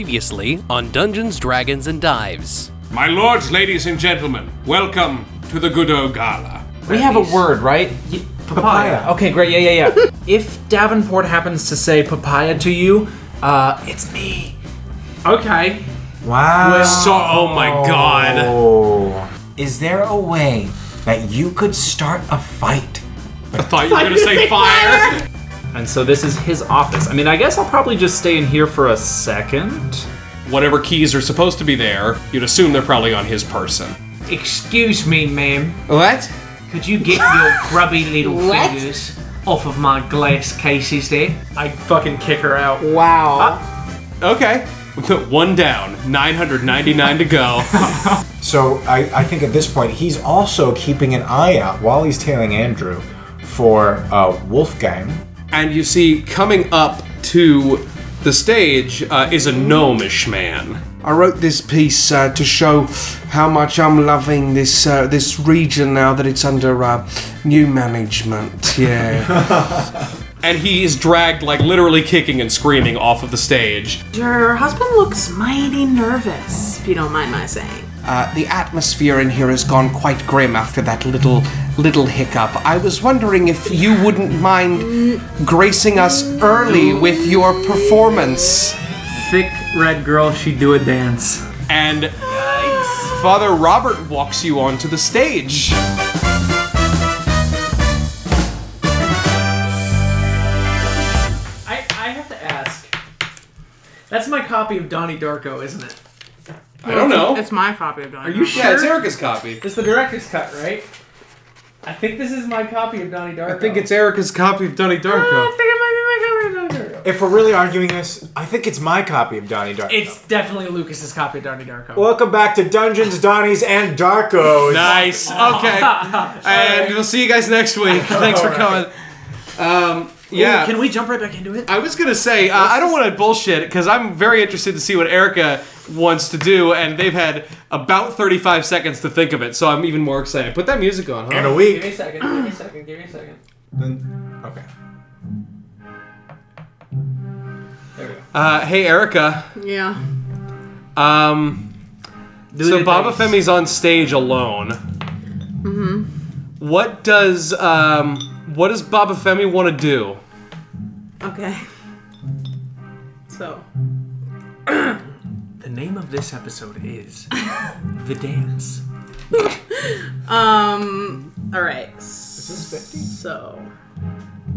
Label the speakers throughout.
Speaker 1: Previously on Dungeons, Dragons, and Dives.
Speaker 2: My lords, ladies, and gentlemen, welcome to the Gudo Gala.
Speaker 3: We have a word, right? Y-
Speaker 4: Papaya.
Speaker 3: Okay, great. Yeah, yeah, yeah. if Davenport happens to say papaya to you, uh, it's me.
Speaker 2: Okay.
Speaker 4: Wow.
Speaker 2: So, oh my god.
Speaker 4: Oh. Is there a way that you could start a fight?
Speaker 2: I thought you were gonna say fire.
Speaker 3: And so this is his office. I mean, I guess I'll probably just stay in here for a second.
Speaker 2: Whatever keys are supposed to be there, you'd assume they're probably on his person.
Speaker 5: Excuse me, ma'am.
Speaker 6: What?
Speaker 5: Could you get your grubby little fingers off of my glass cases there?
Speaker 3: I fucking kick her out.
Speaker 6: Wow.
Speaker 5: Uh,
Speaker 2: Okay. One down, 999 to go.
Speaker 4: So I, I think at this point he's also keeping an eye out while he's tailing Andrew for uh, Wolfgang.
Speaker 2: and you see coming up to the stage uh, is a gnomish man.
Speaker 7: I wrote this piece uh, to show how much I'm loving this uh, this region now that it's under uh, new management. Yeah.
Speaker 2: And he is dragged, like literally kicking and screaming off of the stage.
Speaker 8: Your husband looks mighty nervous, if you don't mind my saying.
Speaker 7: uh, the atmosphere in here has gone quite grim after that little little hiccup. I was wondering if you wouldn't mind gracing us early with your performance.
Speaker 3: Thick red girl, she do a dance.
Speaker 2: And Father Robert walks you onto the stage.
Speaker 5: I, I have to ask. That's my copy of Donnie Darko, isn't it?
Speaker 2: I don't know.
Speaker 8: It's my copy of Donnie.
Speaker 5: Are you
Speaker 8: Darko.
Speaker 5: sure?
Speaker 2: Yeah, it's Erica's copy.
Speaker 5: It's the director's cut, right? I think this is my copy of Donnie Darko.
Speaker 2: I think it's Erica's copy of Donnie
Speaker 5: I
Speaker 2: Darko.
Speaker 5: think it might be my copy of Donnie Darko.
Speaker 4: If we're really arguing this, I think it's my copy of Donnie Darko.
Speaker 5: It's definitely Lucas's copy of Donnie Darko.
Speaker 4: Welcome back to Dungeons, Donnies, and Darkos.
Speaker 2: Nice. Okay. And we'll see you guys next week. Thanks for coming. Um, yeah.
Speaker 5: Can we jump right back into it?
Speaker 2: I was gonna say uh, I don't want to bullshit because I'm very interested to see what Erica wants to do, and they've had about 35 seconds to think of it, so I'm even more excited. Put that music on,
Speaker 4: In
Speaker 2: huh?
Speaker 4: a
Speaker 5: Give me a
Speaker 4: week.
Speaker 5: second. Give me a second. Give me a second.
Speaker 4: Okay.
Speaker 5: There we go.
Speaker 2: Uh, hey, Erica.
Speaker 8: Yeah.
Speaker 2: Um, so Baba Femi's on stage alone. Mm-hmm. What does um, what does Baba Femi want to do?
Speaker 8: Okay. So,
Speaker 5: The name of this episode is The Dance.
Speaker 8: um, all right. So.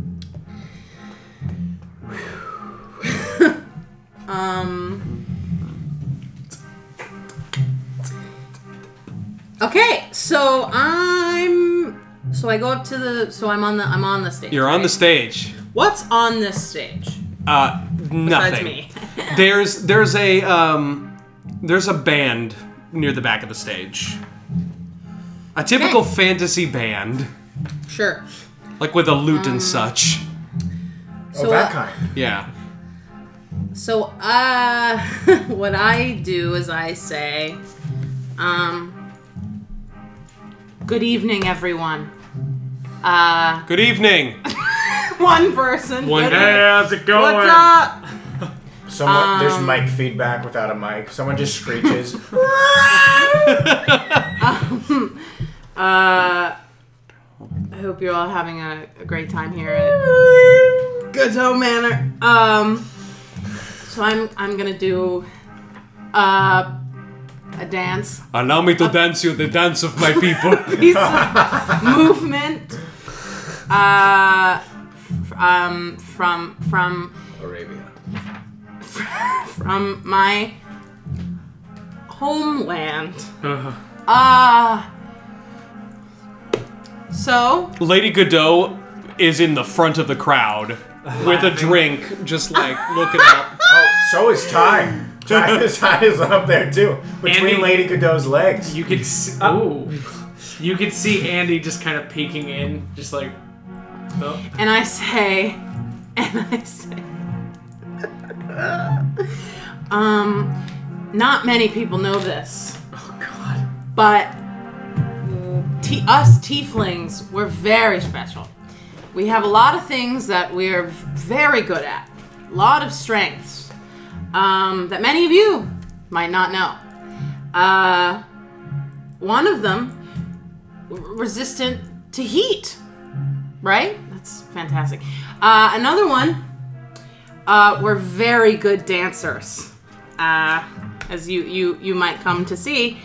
Speaker 8: um. Okay, so I'm. So I go up to the. So I'm on the. I'm on the stage.
Speaker 2: You're on the
Speaker 8: right?
Speaker 2: stage.
Speaker 8: What's on this stage?
Speaker 2: Uh, nothing.
Speaker 8: Besides me.
Speaker 2: There's there's a um, there's a band near the back of the stage. A typical
Speaker 8: Okay.
Speaker 2: fantasy band,
Speaker 8: Sure.
Speaker 2: like with a lute
Speaker 8: Um.
Speaker 2: and such.
Speaker 8: So
Speaker 4: oh, that
Speaker 8: uh,
Speaker 4: kind.
Speaker 2: Yeah.
Speaker 8: So, uh, what I do is I say, um, good evening, everyone. Uh,
Speaker 2: Good evening.
Speaker 8: one person.
Speaker 2: One
Speaker 8: good
Speaker 2: day.
Speaker 3: How's it going?
Speaker 8: What's up?
Speaker 4: Someone, there's
Speaker 2: Um,
Speaker 4: mic feedback without a mic. Someone just screeches.
Speaker 8: Um, Uh, I hope you're all having a, a great time here at Good Home Manor. Um, so I'm I'm gonna do uh a dance
Speaker 2: Allow me to
Speaker 8: Uh,
Speaker 2: dance you the dance of my people.
Speaker 8: piece of movement. Uh, f- um, from from
Speaker 4: Arabia.
Speaker 8: from my homeland. Ah. so
Speaker 2: Lady Godot is in the front of the crowd with a drink, just like looking up.
Speaker 4: Oh, so is Ty. Ty is, Ty is up there too, between
Speaker 3: Andy-
Speaker 4: Lady Godot's legs.
Speaker 3: You could see. Oh. You could see Andy just kind of peeking in, just like. Oh.
Speaker 8: and I say, and I say, um, not many people know this,
Speaker 3: oh God.
Speaker 8: but t- us tieflings, we're very special. We have a lot of things that we're very good at, a lot of strengths. um, that many of you might not know. Uh, one of them, r- resistant to heat, right? That's fantastic. Uh, another one, uh, were very good dancers, uh, as you, you, you might come to see.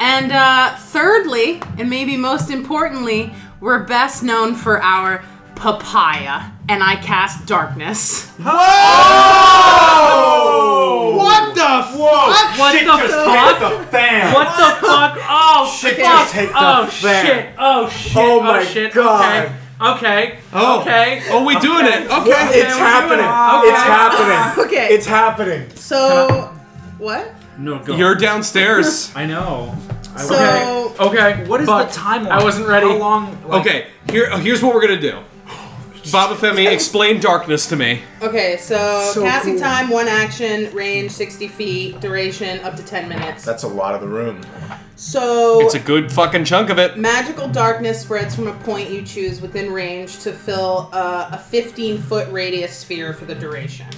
Speaker 8: And uh, thirdly, and maybe most importantly, we're best known for our papaya, and I cast darkness.
Speaker 7: What the? F-
Speaker 5: Oh! What the fuck?
Speaker 4: the fan.
Speaker 5: What the fuck? Oh
Speaker 4: Shit
Speaker 5: fuck.
Speaker 4: just hit the
Speaker 5: oh
Speaker 4: fan.
Speaker 5: shit. Oh shit.
Speaker 4: Oh my
Speaker 5: shit.
Speaker 4: God.
Speaker 5: Okay. Okay.
Speaker 2: Oh.
Speaker 5: Okay.
Speaker 2: Oh, we doing it. Okay.
Speaker 4: it's
Speaker 5: we're
Speaker 4: happening.
Speaker 5: doing it.
Speaker 4: It's
Speaker 5: Okay.
Speaker 4: happening.
Speaker 8: Okay.
Speaker 4: It's happening.
Speaker 8: So, what?
Speaker 3: No, go.
Speaker 2: You're downstairs.
Speaker 3: I know.
Speaker 8: So,
Speaker 3: Okay.
Speaker 5: What is
Speaker 3: Fuck.
Speaker 5: the time?
Speaker 3: I wasn't ready.
Speaker 5: How long? like-
Speaker 2: okay. Here, uh, here's what we're gonna do. Baba Femi, explain darkness to me.
Speaker 8: okay, so, casting time, one action, range 60 feet, duration up to 10 minutes.
Speaker 4: That's a lot of the room.
Speaker 8: So,
Speaker 2: It's a good fucking chunk of it.
Speaker 8: magical darkness spreads from a point you choose within range to fill uh, a 15 foot radius sphere for the duration.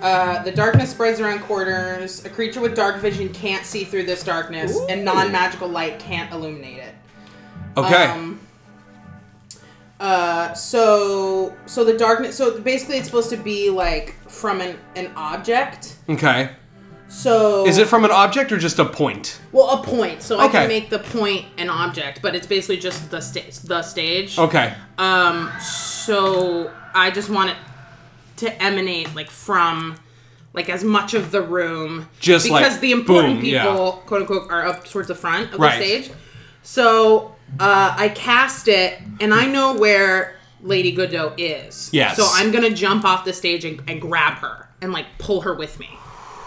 Speaker 8: Uh, the darkness spreads around corners. A creature with dark vision can't see through this darkness, and non magical light can't illuminate it.
Speaker 2: Okay.
Speaker 8: Um, uh, so so the darkness. So basically, it's supposed to be like from an an object.
Speaker 2: okay.
Speaker 8: So
Speaker 2: Is it from an object or just a point?
Speaker 8: well a point? So I
Speaker 2: Okay.
Speaker 8: can make the point an object, but it's basically just the sta- the stage.
Speaker 2: Okay.
Speaker 8: Um. So I just want it to emanate like from. Like as much of the room,
Speaker 2: Just, like,
Speaker 8: because the important
Speaker 2: boom,
Speaker 8: people,
Speaker 2: yeah.
Speaker 8: quote unquote, are up towards the front of
Speaker 2: Right.
Speaker 8: the stage. So uh, I cast it, and I know where Lady Godot is.
Speaker 2: Yes.
Speaker 8: So I'm gonna jump off the stage and, and grab her and like pull her with me,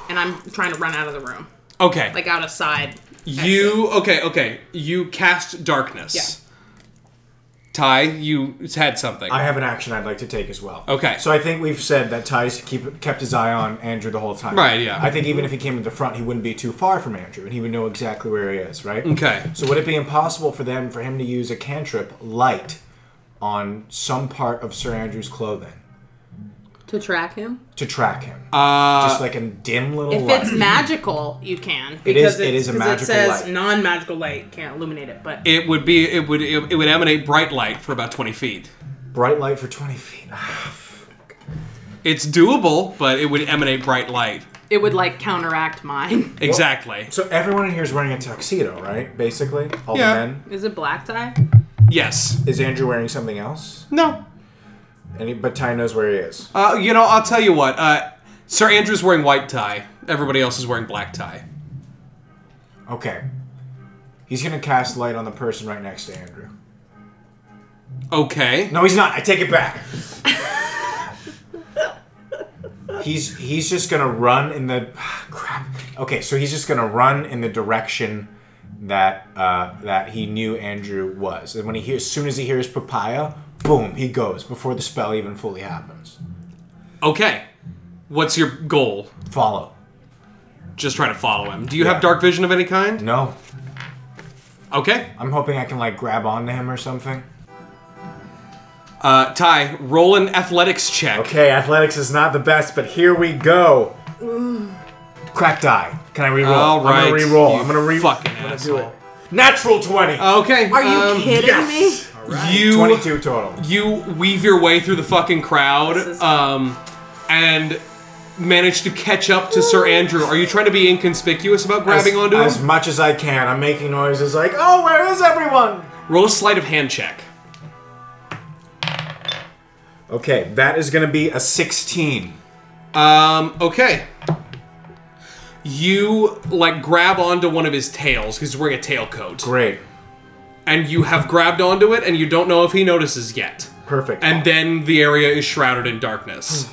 Speaker 8: and I'm trying to run out of the room,
Speaker 2: Okay.
Speaker 8: like out of side.
Speaker 2: you okay? Okay. You cast darkness. Yeah. Ty, you had something.
Speaker 4: I have an action I'd like to take as well.
Speaker 2: Okay.
Speaker 4: So I think we've said that Ty's keep, kept his eye on Andrew the whole time.
Speaker 2: Right, yeah.
Speaker 4: I think even if he came to the front, he wouldn't be too far from Andrew, and he would know exactly where he is, right?
Speaker 2: Okay.
Speaker 4: So would it be impossible for them for him to use a cantrip light on some part of Sir Andrew's clothing
Speaker 8: To track him,
Speaker 4: to track him? Uh, Just like a dim little
Speaker 8: if
Speaker 4: light.
Speaker 8: it's magical, you can.
Speaker 4: Oh, It is-
Speaker 8: because
Speaker 4: it is a
Speaker 8: 'cause
Speaker 4: magical
Speaker 8: It says
Speaker 4: light.
Speaker 8: non-magical light can't illuminate it, but
Speaker 2: it would be. It would. It, it would emanate bright light for about twenty feet.
Speaker 4: Bright light for 20 feet.
Speaker 2: It's doable, but it would emanate bright light.
Speaker 8: it would like counteract mine.
Speaker 2: Exactly.
Speaker 4: So everyone in here is wearing a tuxedo, right? Basically, all
Speaker 2: Yeah.
Speaker 4: the men.
Speaker 8: Is it black tie?
Speaker 2: yes.
Speaker 4: Is Andrew wearing something else?
Speaker 2: No.
Speaker 4: And he, but Ty knows where he is.
Speaker 2: Uh, you know, I'll tell you what. Uh, Sir Andrew's wearing white tie. Everybody else is wearing black tie.
Speaker 4: Okay. He's gonna cast light on the person right next to Andrew.
Speaker 2: Okay.
Speaker 4: No, he's not. I take it back. he's he's just gonna run in the ah, crap. Okay, so he's just gonna run in the direction that uh, that he knew Andrew was, and when he hears, as soon as he hears papaya, boom, he goes before the spell even fully happens.
Speaker 2: Okay. What's your goal?
Speaker 4: Follow.
Speaker 2: Just try to follow him. Do you
Speaker 4: Yeah.
Speaker 2: have dark vision of any kind?
Speaker 4: No,
Speaker 2: Okay.
Speaker 4: I'm hoping I can like grab onto him or something.
Speaker 2: Uh, Ty, roll an athletics check.
Speaker 4: Okay, athletics is not the best, but here we go. Cracked eye. Can I reroll?
Speaker 2: All right.
Speaker 4: I'm gonna reroll.
Speaker 2: you
Speaker 4: I'm gonna reroll.
Speaker 2: Fucking
Speaker 4: Do it.
Speaker 2: asshole.
Speaker 4: Natural 20.
Speaker 2: Okay.
Speaker 8: Are you
Speaker 2: um,
Speaker 8: kidding me?
Speaker 2: You
Speaker 4: 22 total.
Speaker 2: you weave your way through the fucking crowd
Speaker 8: This is-
Speaker 2: um, and manage to catch up to Sir Andrew. Are you trying to be inconspicuous about grabbing
Speaker 4: as,
Speaker 2: onto
Speaker 4: As
Speaker 2: him?
Speaker 4: much as I can. I'm making noises like, oh, where is everyone?
Speaker 2: Roll a sleight of hand check.
Speaker 4: Okay, that is gonna be a 16.
Speaker 2: Um, okay. You like grab onto one of his tails because he's wearing a tailcoat,
Speaker 4: Great.
Speaker 2: and you have grabbed onto it, and you don't know if he notices yet.
Speaker 4: Perfect.
Speaker 2: And then the area is shrouded in darkness.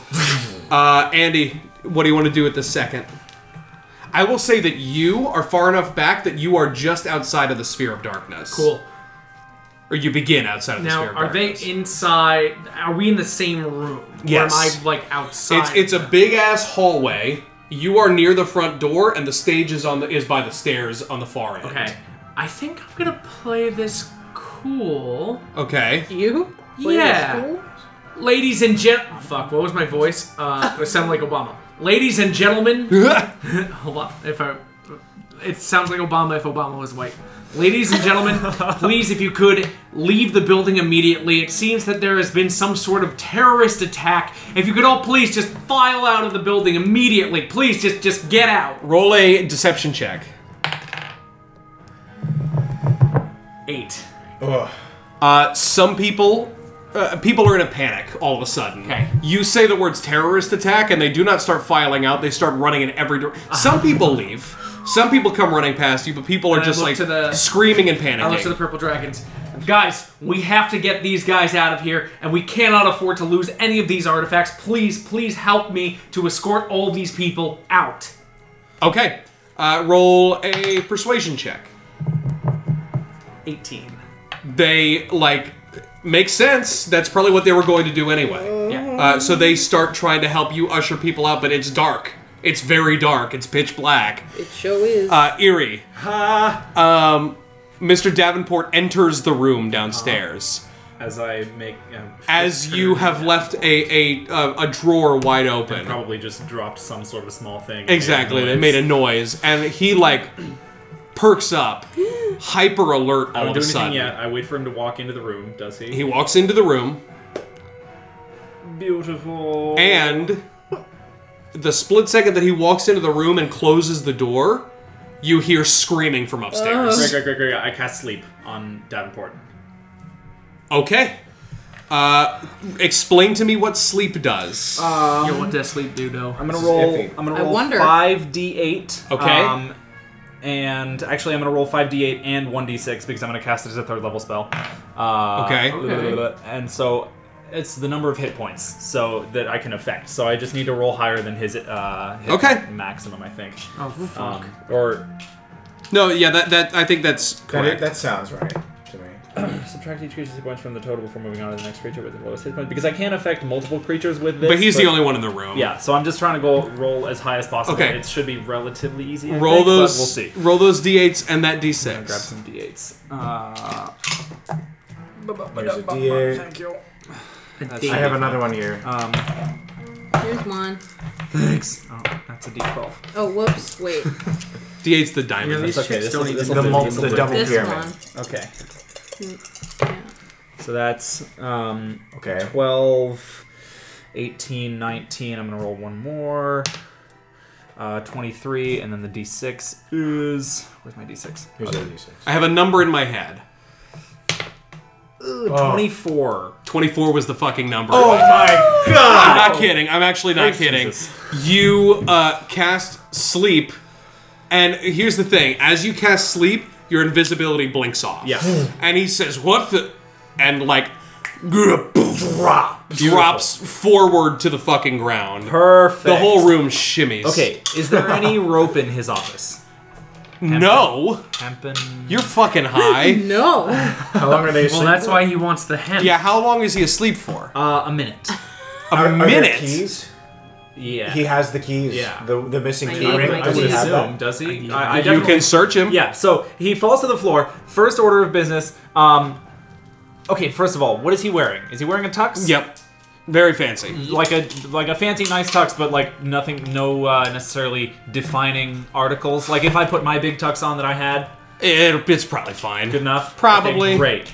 Speaker 2: uh, Andy, what do you want to do at the second? I will say that you are far enough back that you are just outside of the sphere of darkness.
Speaker 3: Cool.
Speaker 2: Or you begin outside of the
Speaker 3: Now,
Speaker 2: sphere of
Speaker 3: are they
Speaker 2: darkness.
Speaker 3: inside? Are we in the same room? Or
Speaker 2: Yes.
Speaker 3: am I like outside?
Speaker 2: It's it's a big ass hallway. You are near the front door, and the stage is on the is by the stairs on the far end.
Speaker 3: Okay. I think I'm gonna play this cool.
Speaker 2: Okay.
Speaker 8: You? Play this
Speaker 3: Yeah.
Speaker 8: cool?
Speaker 3: Ladies and gent. Fuck. What was my voice? Uh, I sound like Obama. Ladies and gentlemen, hold on. If I, it sounds like Obama if Obama was white. Ladies and gentlemen, please, if you could, leave the building immediately. It seems that there has been some sort of terrorist attack. If you could all please just file out of the building immediately. Please, just just get out.
Speaker 2: Roll a deception check.
Speaker 3: Eight.
Speaker 2: Uh, some people. Uh, people are in a panic all of a sudden.
Speaker 3: Okay.
Speaker 2: You say the words terrorist attack and they do not start filing out, they start running in every direction. Some people leave. Some people come running past you, but people are
Speaker 3: I
Speaker 2: just
Speaker 3: look
Speaker 2: like
Speaker 3: to the-
Speaker 2: screaming and panicking.
Speaker 3: I look to the purple dragons. Guys, we have to get these guys out of here, and we cannot afford to lose any of these artifacts. Please, please help me to escort all these people out.
Speaker 2: Okay. Uh, roll a persuasion check.
Speaker 3: 18.
Speaker 2: They, like, make sense. That's probably what they were going to do anyway.
Speaker 3: Yeah.
Speaker 2: Uh, so they start trying to help you usher people out, but it's dark. It's very dark. It's pitch black.
Speaker 8: It sure is.
Speaker 2: Uh, eerie. Um, Mr. Davenport enters the room downstairs.
Speaker 6: As I make, um,
Speaker 2: As you have left a, a, a, a drawer wide open.
Speaker 6: probably just dropped some sort of small thing.
Speaker 2: Exactly, they made a noise, and he like perks up, hyper alert
Speaker 6: I
Speaker 2: all
Speaker 6: don't
Speaker 2: of
Speaker 6: do
Speaker 2: a
Speaker 6: anything
Speaker 2: sudden.
Speaker 6: yet. I wait for him to walk into the room. Does he?
Speaker 2: He walks into the room,
Speaker 6: beautiful.
Speaker 2: and the split second that he walks into the room and closes the door, you hear screaming from
Speaker 6: Great,
Speaker 2: upstairs.
Speaker 6: great, great, great. I cast sleep on Davenport.
Speaker 2: Okay. Uh, explain to me what sleep does.
Speaker 6: Um,
Speaker 3: Yo, what does sleep do, though?
Speaker 6: I'm gonna roll.
Speaker 4: iffy.
Speaker 6: I'm gonna
Speaker 8: I
Speaker 6: roll
Speaker 8: wonder.
Speaker 6: five d8.
Speaker 2: Okay.
Speaker 6: Um, and actually, I'm gonna roll five d8 and one d6 because I'm gonna cast it as a third level spell. Uh,
Speaker 2: Okay.
Speaker 3: Okay.
Speaker 6: And so it's the number of hit points so that I can affect. So I just need to roll higher than his uh, hit
Speaker 2: Okay.
Speaker 6: point maximum, I think.
Speaker 3: Oh, fuck.
Speaker 6: Um, or
Speaker 2: no, yeah, that that I think that's
Speaker 4: That,
Speaker 2: correct.
Speaker 4: that sounds right to me.
Speaker 6: subtract each creature's hit points from the total before moving on to the next creature with the lowest hit point because I can affect multiple creatures with this.
Speaker 2: but he's the only one in the room.
Speaker 6: Yeah, so I'm just trying to go roll as high as possible.
Speaker 2: Okay.
Speaker 6: It should be relatively easy. I
Speaker 2: Roll
Speaker 6: think, but
Speaker 2: those.
Speaker 6: We'll see.
Speaker 2: Roll those d8s and that d6.
Speaker 6: Grab some d8s. Uh,
Speaker 4: There's a D8.
Speaker 6: you.
Speaker 4: I have another one here.
Speaker 6: Um,
Speaker 8: Here's one.
Speaker 6: thanks. Oh, that's a d12.
Speaker 8: Oh, whoops. Wait.
Speaker 2: D8's the diamond.
Speaker 6: That's okay. This is, this
Speaker 4: the,
Speaker 6: will do,
Speaker 4: mul-
Speaker 6: this will
Speaker 4: the
Speaker 6: do.
Speaker 4: double
Speaker 8: this
Speaker 4: pyramid.
Speaker 8: one.
Speaker 6: Okay.
Speaker 8: Yeah.
Speaker 6: So that's um,
Speaker 4: Okay.
Speaker 6: 12, 18, 19. I'm going to roll one more. Uh, 23, and then the d6 is. Where's my d6?
Speaker 4: Here's a D6.
Speaker 2: I have a number in my head.
Speaker 4: Oh.
Speaker 6: 24.
Speaker 2: 24 was the fucking number.
Speaker 4: Oh my god!
Speaker 2: I'm not kidding. I'm actually not
Speaker 6: Praise
Speaker 2: kidding.
Speaker 6: Jesus.
Speaker 2: You uh, cast sleep, and here's the thing: as you cast sleep, your invisibility blinks off.
Speaker 6: Yeah.
Speaker 2: And he says, "What the?" And like, drops forward to the fucking ground.
Speaker 6: Perfect.
Speaker 2: The whole room shimmies.
Speaker 6: Okay, is there any rope in his office?
Speaker 2: No,
Speaker 6: Hempen.
Speaker 2: you're fucking high.
Speaker 8: No.
Speaker 4: How long are they
Speaker 3: Well, that's why he wants the hemp.
Speaker 2: yeah. How long is he asleep for?
Speaker 6: Uh, a minute.
Speaker 2: A
Speaker 4: Are, are there
Speaker 2: minute.
Speaker 4: keys?
Speaker 6: Yeah.
Speaker 4: He has the keys.
Speaker 6: Yeah.
Speaker 4: The, the missing
Speaker 8: I
Speaker 4: key
Speaker 8: need
Speaker 4: ring.
Speaker 8: my
Speaker 4: Does he
Speaker 8: keys.
Speaker 4: have
Speaker 6: assume,
Speaker 4: that?
Speaker 6: does he? I, I
Speaker 2: You
Speaker 6: definitely-
Speaker 2: can search him.
Speaker 6: Yeah, so he falls to the floor. First order of business. Um, okay, first of all, what is he wearing? Is he wearing a tux?
Speaker 2: Yep. Very fancy.
Speaker 6: Like a like a fancy nice tux, but like nothing, no uh, necessarily defining articles. Like if I put my big tux on that I had,
Speaker 2: It, it's probably fine.
Speaker 6: good enough.
Speaker 2: Probably.
Speaker 6: Okay, great.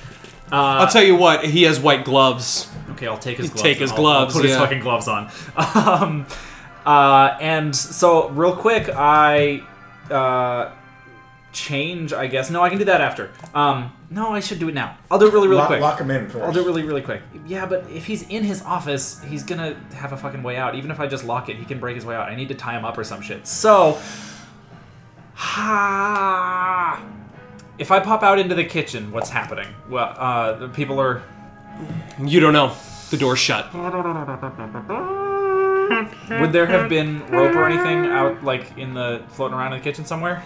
Speaker 2: I'll tell you what. He has white gloves.
Speaker 6: Okay, I'll take his gloves.
Speaker 2: take his
Speaker 6: I'll- I'll
Speaker 2: gloves,
Speaker 6: put his
Speaker 2: yeah.
Speaker 6: fucking gloves on. Um, uh, and so, real quick, I uh, change. I guess no, I can do that after. Um, no, I should do it now. I'll do it really, really
Speaker 4: Lock,
Speaker 6: quick.
Speaker 4: lock him in first.
Speaker 6: I'll do it really, really quick. Yeah, but if he's in his office, he's gonna have a fucking way out. Even if I just lock it, he can break his way out. I need to tie him up or some shit. So, ha. If I pop out into the kitchen, what's happening? Well, uh, the people are
Speaker 2: You don't know. The door's shut.
Speaker 6: Would there have been rope or anything out, like in the floating around in the kitchen somewhere?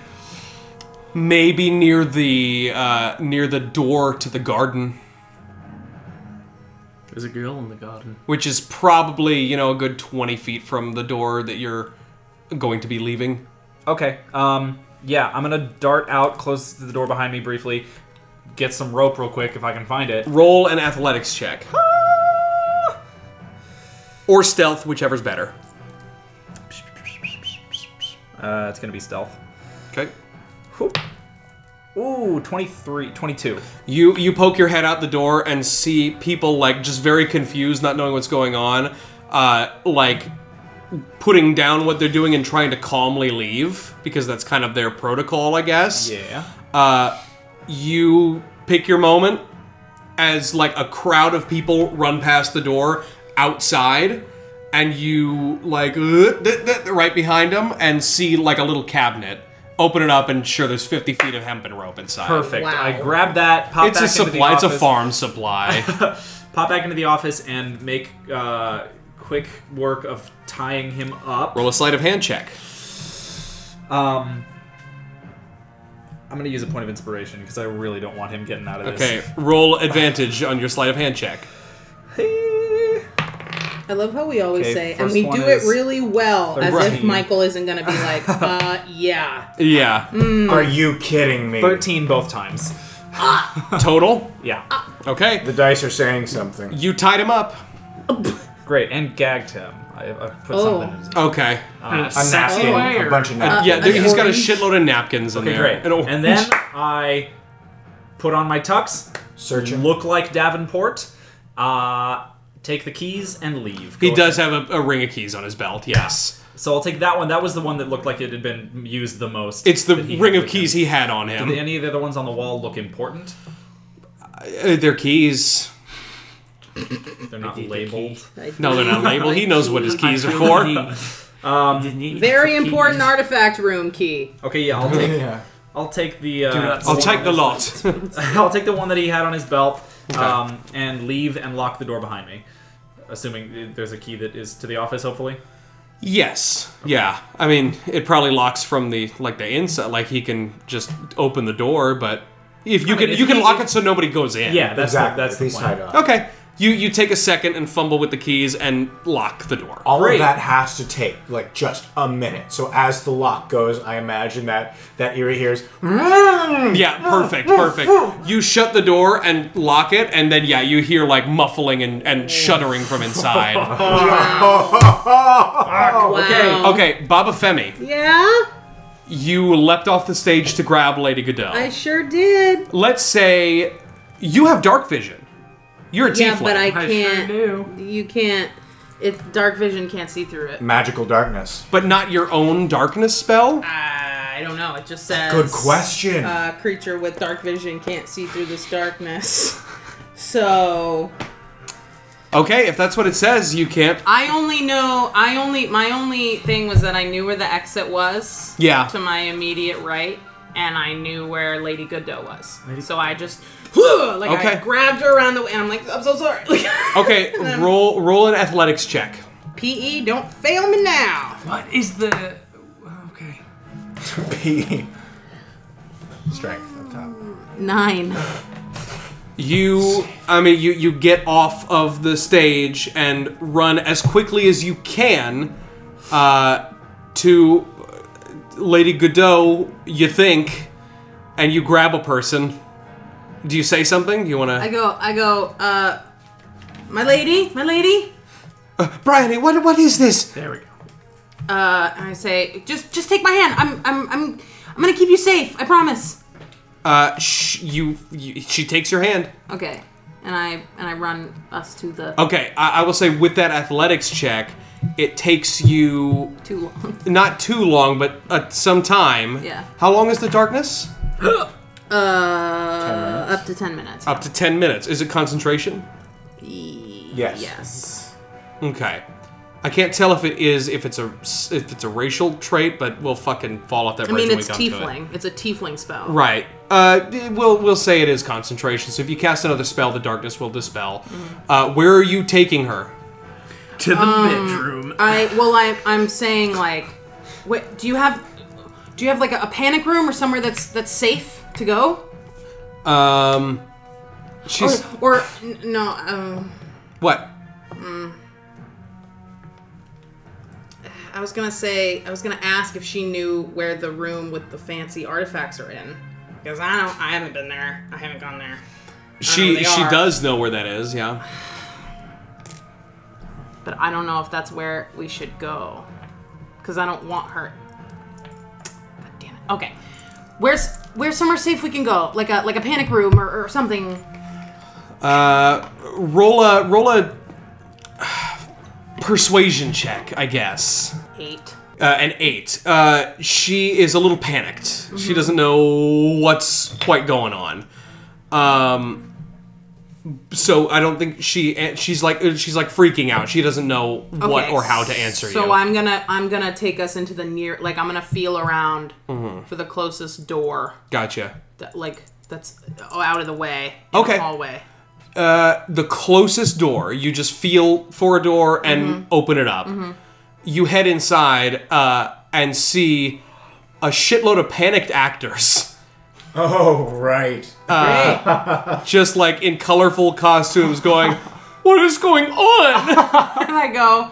Speaker 2: Maybe near the uh, near the door to the garden,
Speaker 3: There's a girl in the garden.
Speaker 2: which is probably you know a good twenty feet from the door that you're going to be leaving.
Speaker 6: Okay. Um. Yeah, I'm gonna dart out, close the door behind me briefly, get some rope real quick if I can find it.
Speaker 2: Roll an athletics check, or stealth, whichever's better.
Speaker 6: Uh, it's gonna be stealth.
Speaker 2: Okay.
Speaker 6: Whoop. Ooh, 23, 22.
Speaker 2: You you poke your head out the door and see people like just very confused, not knowing what's going on, uh, like putting down what they're doing and trying to calmly leave because that's kind of their protocol, I guess. Uh,
Speaker 6: Yeah.
Speaker 2: You pick your moment as like a crowd of people run past the door outside, and you like uh, th- th- right behind them and see like a little cabinet. Open it up and sure, there's 50 feet of hemp and rope inside.
Speaker 6: Perfect.
Speaker 8: Wow.
Speaker 6: I grab that, pop
Speaker 2: It's
Speaker 6: back
Speaker 2: a
Speaker 6: into
Speaker 2: supply. It's
Speaker 6: the
Speaker 2: a
Speaker 6: office.
Speaker 2: farm supply.
Speaker 6: Pop back into the office and make uh, quick work of tying him up.
Speaker 2: Roll a sleight of hand check.
Speaker 6: Um, I'm gonna use a point of inspiration because I really don't want him getting out of
Speaker 2: Okay, roll advantage on your sleight of hand check.
Speaker 6: this.
Speaker 8: I love how we always
Speaker 6: Okay,
Speaker 8: say, and
Speaker 6: first
Speaker 8: we
Speaker 6: one
Speaker 8: do
Speaker 6: is
Speaker 8: it really well, as if
Speaker 6: 13.
Speaker 8: Michael isn't going to be like, uh, yeah.
Speaker 2: Yeah.
Speaker 6: Mm.
Speaker 4: Are you kidding me?
Speaker 6: Thirteen both times.
Speaker 2: Total?
Speaker 6: Yeah.
Speaker 2: Okay.
Speaker 4: The dice are saying something.
Speaker 2: You tied him up.
Speaker 6: Great, and gagged him. I, I put
Speaker 8: Oh.
Speaker 6: something in his
Speaker 2: Okay.
Speaker 6: Uh,
Speaker 3: Uh,
Speaker 4: A napkin,
Speaker 3: wire.
Speaker 4: a bunch of napkins.
Speaker 2: Uh, yeah, there,
Speaker 8: an
Speaker 2: he's got a
Speaker 8: orange.
Speaker 2: shitload of napkins in
Speaker 6: Okay,
Speaker 2: there.
Speaker 6: great.
Speaker 2: An orange.
Speaker 6: And then I put on my tux,
Speaker 4: Search him.
Speaker 6: look like Davenport, uh, take the keys, and leave.
Speaker 2: he
Speaker 6: Go-
Speaker 2: does have a, a ring of keys on his belt, yes.
Speaker 6: So I'll take that one. That was the one that looked like it had been used the most.
Speaker 2: It's the
Speaker 6: that he
Speaker 2: ring
Speaker 6: had
Speaker 2: of
Speaker 6: with
Speaker 2: keys
Speaker 6: him.
Speaker 2: he had on him.
Speaker 6: Did any of the other ones on the wall look important?
Speaker 2: Uh, they're keys.
Speaker 6: They're not labeled.
Speaker 2: No, they're not labeled. He knows what his keys are for.
Speaker 8: Very important artifact room key.
Speaker 6: Okay, yeah, I'll take.
Speaker 4: Yeah.
Speaker 6: I'll take the. Uh,
Speaker 3: not
Speaker 2: I'll take the lot.
Speaker 6: I'll take the one that he had on his belt, um, and leave and lock the door behind me, assuming there's a key that is to the office. Hopefully.
Speaker 2: yes. Yeah. I mean, it probably locks from the like the inside. Like he can just open the door, but if you can,
Speaker 6: if
Speaker 2: you can
Speaker 6: he-
Speaker 2: lock it so nobody goes in.
Speaker 6: Yeah, that's
Speaker 4: Exactly.
Speaker 6: the, that's the
Speaker 4: These
Speaker 6: plan. Oh,
Speaker 4: tied up.
Speaker 2: Okay. You you take a second and fumble with the keys and lock the door.
Speaker 4: All
Speaker 6: Great.
Speaker 4: of that has to take like just a minute. So as the lock goes, I imagine that that Eerie hears. "Mm."
Speaker 2: Yeah, perfect, perfect. You shut the door and lock it, and then yeah, you hear like muffling and, and shuddering from
Speaker 6: Oh,
Speaker 2: inside.
Speaker 8: Wow.
Speaker 2: Okay, Baba Femi,
Speaker 8: Yeah,
Speaker 2: you leapt off the stage to grab Lady Godot.
Speaker 8: I sure did.
Speaker 2: Let's say you have dark vision. You're a
Speaker 8: Yeah,
Speaker 2: tiefling.
Speaker 8: but I
Speaker 3: I sure
Speaker 8: can't.
Speaker 3: do.
Speaker 8: You can't. It's dark vision can't see through it.
Speaker 4: Magical darkness.
Speaker 2: but not your own darkness spell.
Speaker 8: I don't know. It just says.
Speaker 4: Good question.
Speaker 8: Uh, creature with dark vision can't see through this darkness. So
Speaker 2: Okay, if that's what it says, you can't.
Speaker 8: I only know. I only. My only thing was that I knew where the exit was.
Speaker 2: Yeah.
Speaker 8: To my immediate right, and I knew where Lady Godot was. so I just. Like I
Speaker 2: Okay. Oh.
Speaker 8: grabbed her around the and I'm like, I'm so sorry.
Speaker 2: Okay, roll roll an athletics check.
Speaker 8: PE, E, don't fail me now.
Speaker 3: What is the? Okay.
Speaker 4: Strength up top.
Speaker 8: Nine.
Speaker 2: You, I mean, you you get off of the stage and run as quickly as you can uh, to Lady Godot. You think, and you grab a person. Do you say something? Do you want
Speaker 8: I
Speaker 2: to?
Speaker 8: go, I go, uh, my lady, my lady.
Speaker 2: Bryony, what what is this?
Speaker 3: There we go.
Speaker 8: Uh, and I say, just, just take my hand. I'm, I'm, I'm, I'm gonna keep you safe. I promise.
Speaker 2: Uh, sh- you, you she takes your hand.
Speaker 8: Okay. And I, and I run us to the
Speaker 2: Okay, I, I will say with that athletics check, it takes you
Speaker 8: too long.
Speaker 2: not too long, but uh, some time.
Speaker 8: Yeah.
Speaker 2: How long is the darkness?
Speaker 8: Uh, up to ten minutes.
Speaker 2: Up to ten minutes. Is it concentration?
Speaker 4: Yes.
Speaker 8: Yes.
Speaker 2: Okay. I can't tell if it is if it's a if it's a racial trait, but we'll fucking fall off that.
Speaker 8: I mean,
Speaker 2: bridge
Speaker 8: it's
Speaker 2: when we come to it.
Speaker 8: tiefling. It's a tiefling spell.
Speaker 2: Right. Uh, we'll we'll say it is concentration. So if you cast another spell, the darkness will dispel.
Speaker 8: Mm-hmm.
Speaker 2: Uh, where are you taking her?
Speaker 3: To the bedroom.
Speaker 8: I well, I I'm saying like, what do you have? Do you have like a, a panic room or somewhere that's that's safe to go?
Speaker 2: Um, she's
Speaker 8: Or, or n- no, um,
Speaker 2: what?
Speaker 8: I was gonna say I was gonna ask if she knew where the room with the fancy artifacts are in, because I don't. I haven't been there. I haven't gone there.
Speaker 2: She
Speaker 8: they
Speaker 2: she
Speaker 8: are.
Speaker 2: does know where that is. Yeah.
Speaker 8: But I don't know if that's where we should go, because I don't want her Okay. Where's where's somewhere safe we can go? Like a like a panic room or, or something.
Speaker 2: Uh, Roll a roll a persuasion check, I guess.
Speaker 8: Eight.
Speaker 2: Uh, an eight. Uh, she is a little panicked.
Speaker 8: Mm-hmm.
Speaker 2: She doesn't know what's quite going on. Um, so I don't think she eh, she's like eh, she's like freaking out. She doesn't know what
Speaker 8: Okay,
Speaker 2: or how to answer
Speaker 8: so
Speaker 2: you.
Speaker 8: I'm gonna I'm gonna take us into the near like I'm gonna feel around
Speaker 2: Mm-hmm.
Speaker 8: for the closest door
Speaker 2: gotcha.
Speaker 8: that like that's oh, out of the way. in the
Speaker 2: Okay.
Speaker 8: hallway.
Speaker 2: the closest door. You just feel for a door and
Speaker 8: Mm-hmm.
Speaker 2: open it up. You head inside uh, and see a shitload of panicked actors,
Speaker 4: Oh, right.
Speaker 2: Uh, just like in colorful costumes, going, "What is going on?"
Speaker 8: And I go.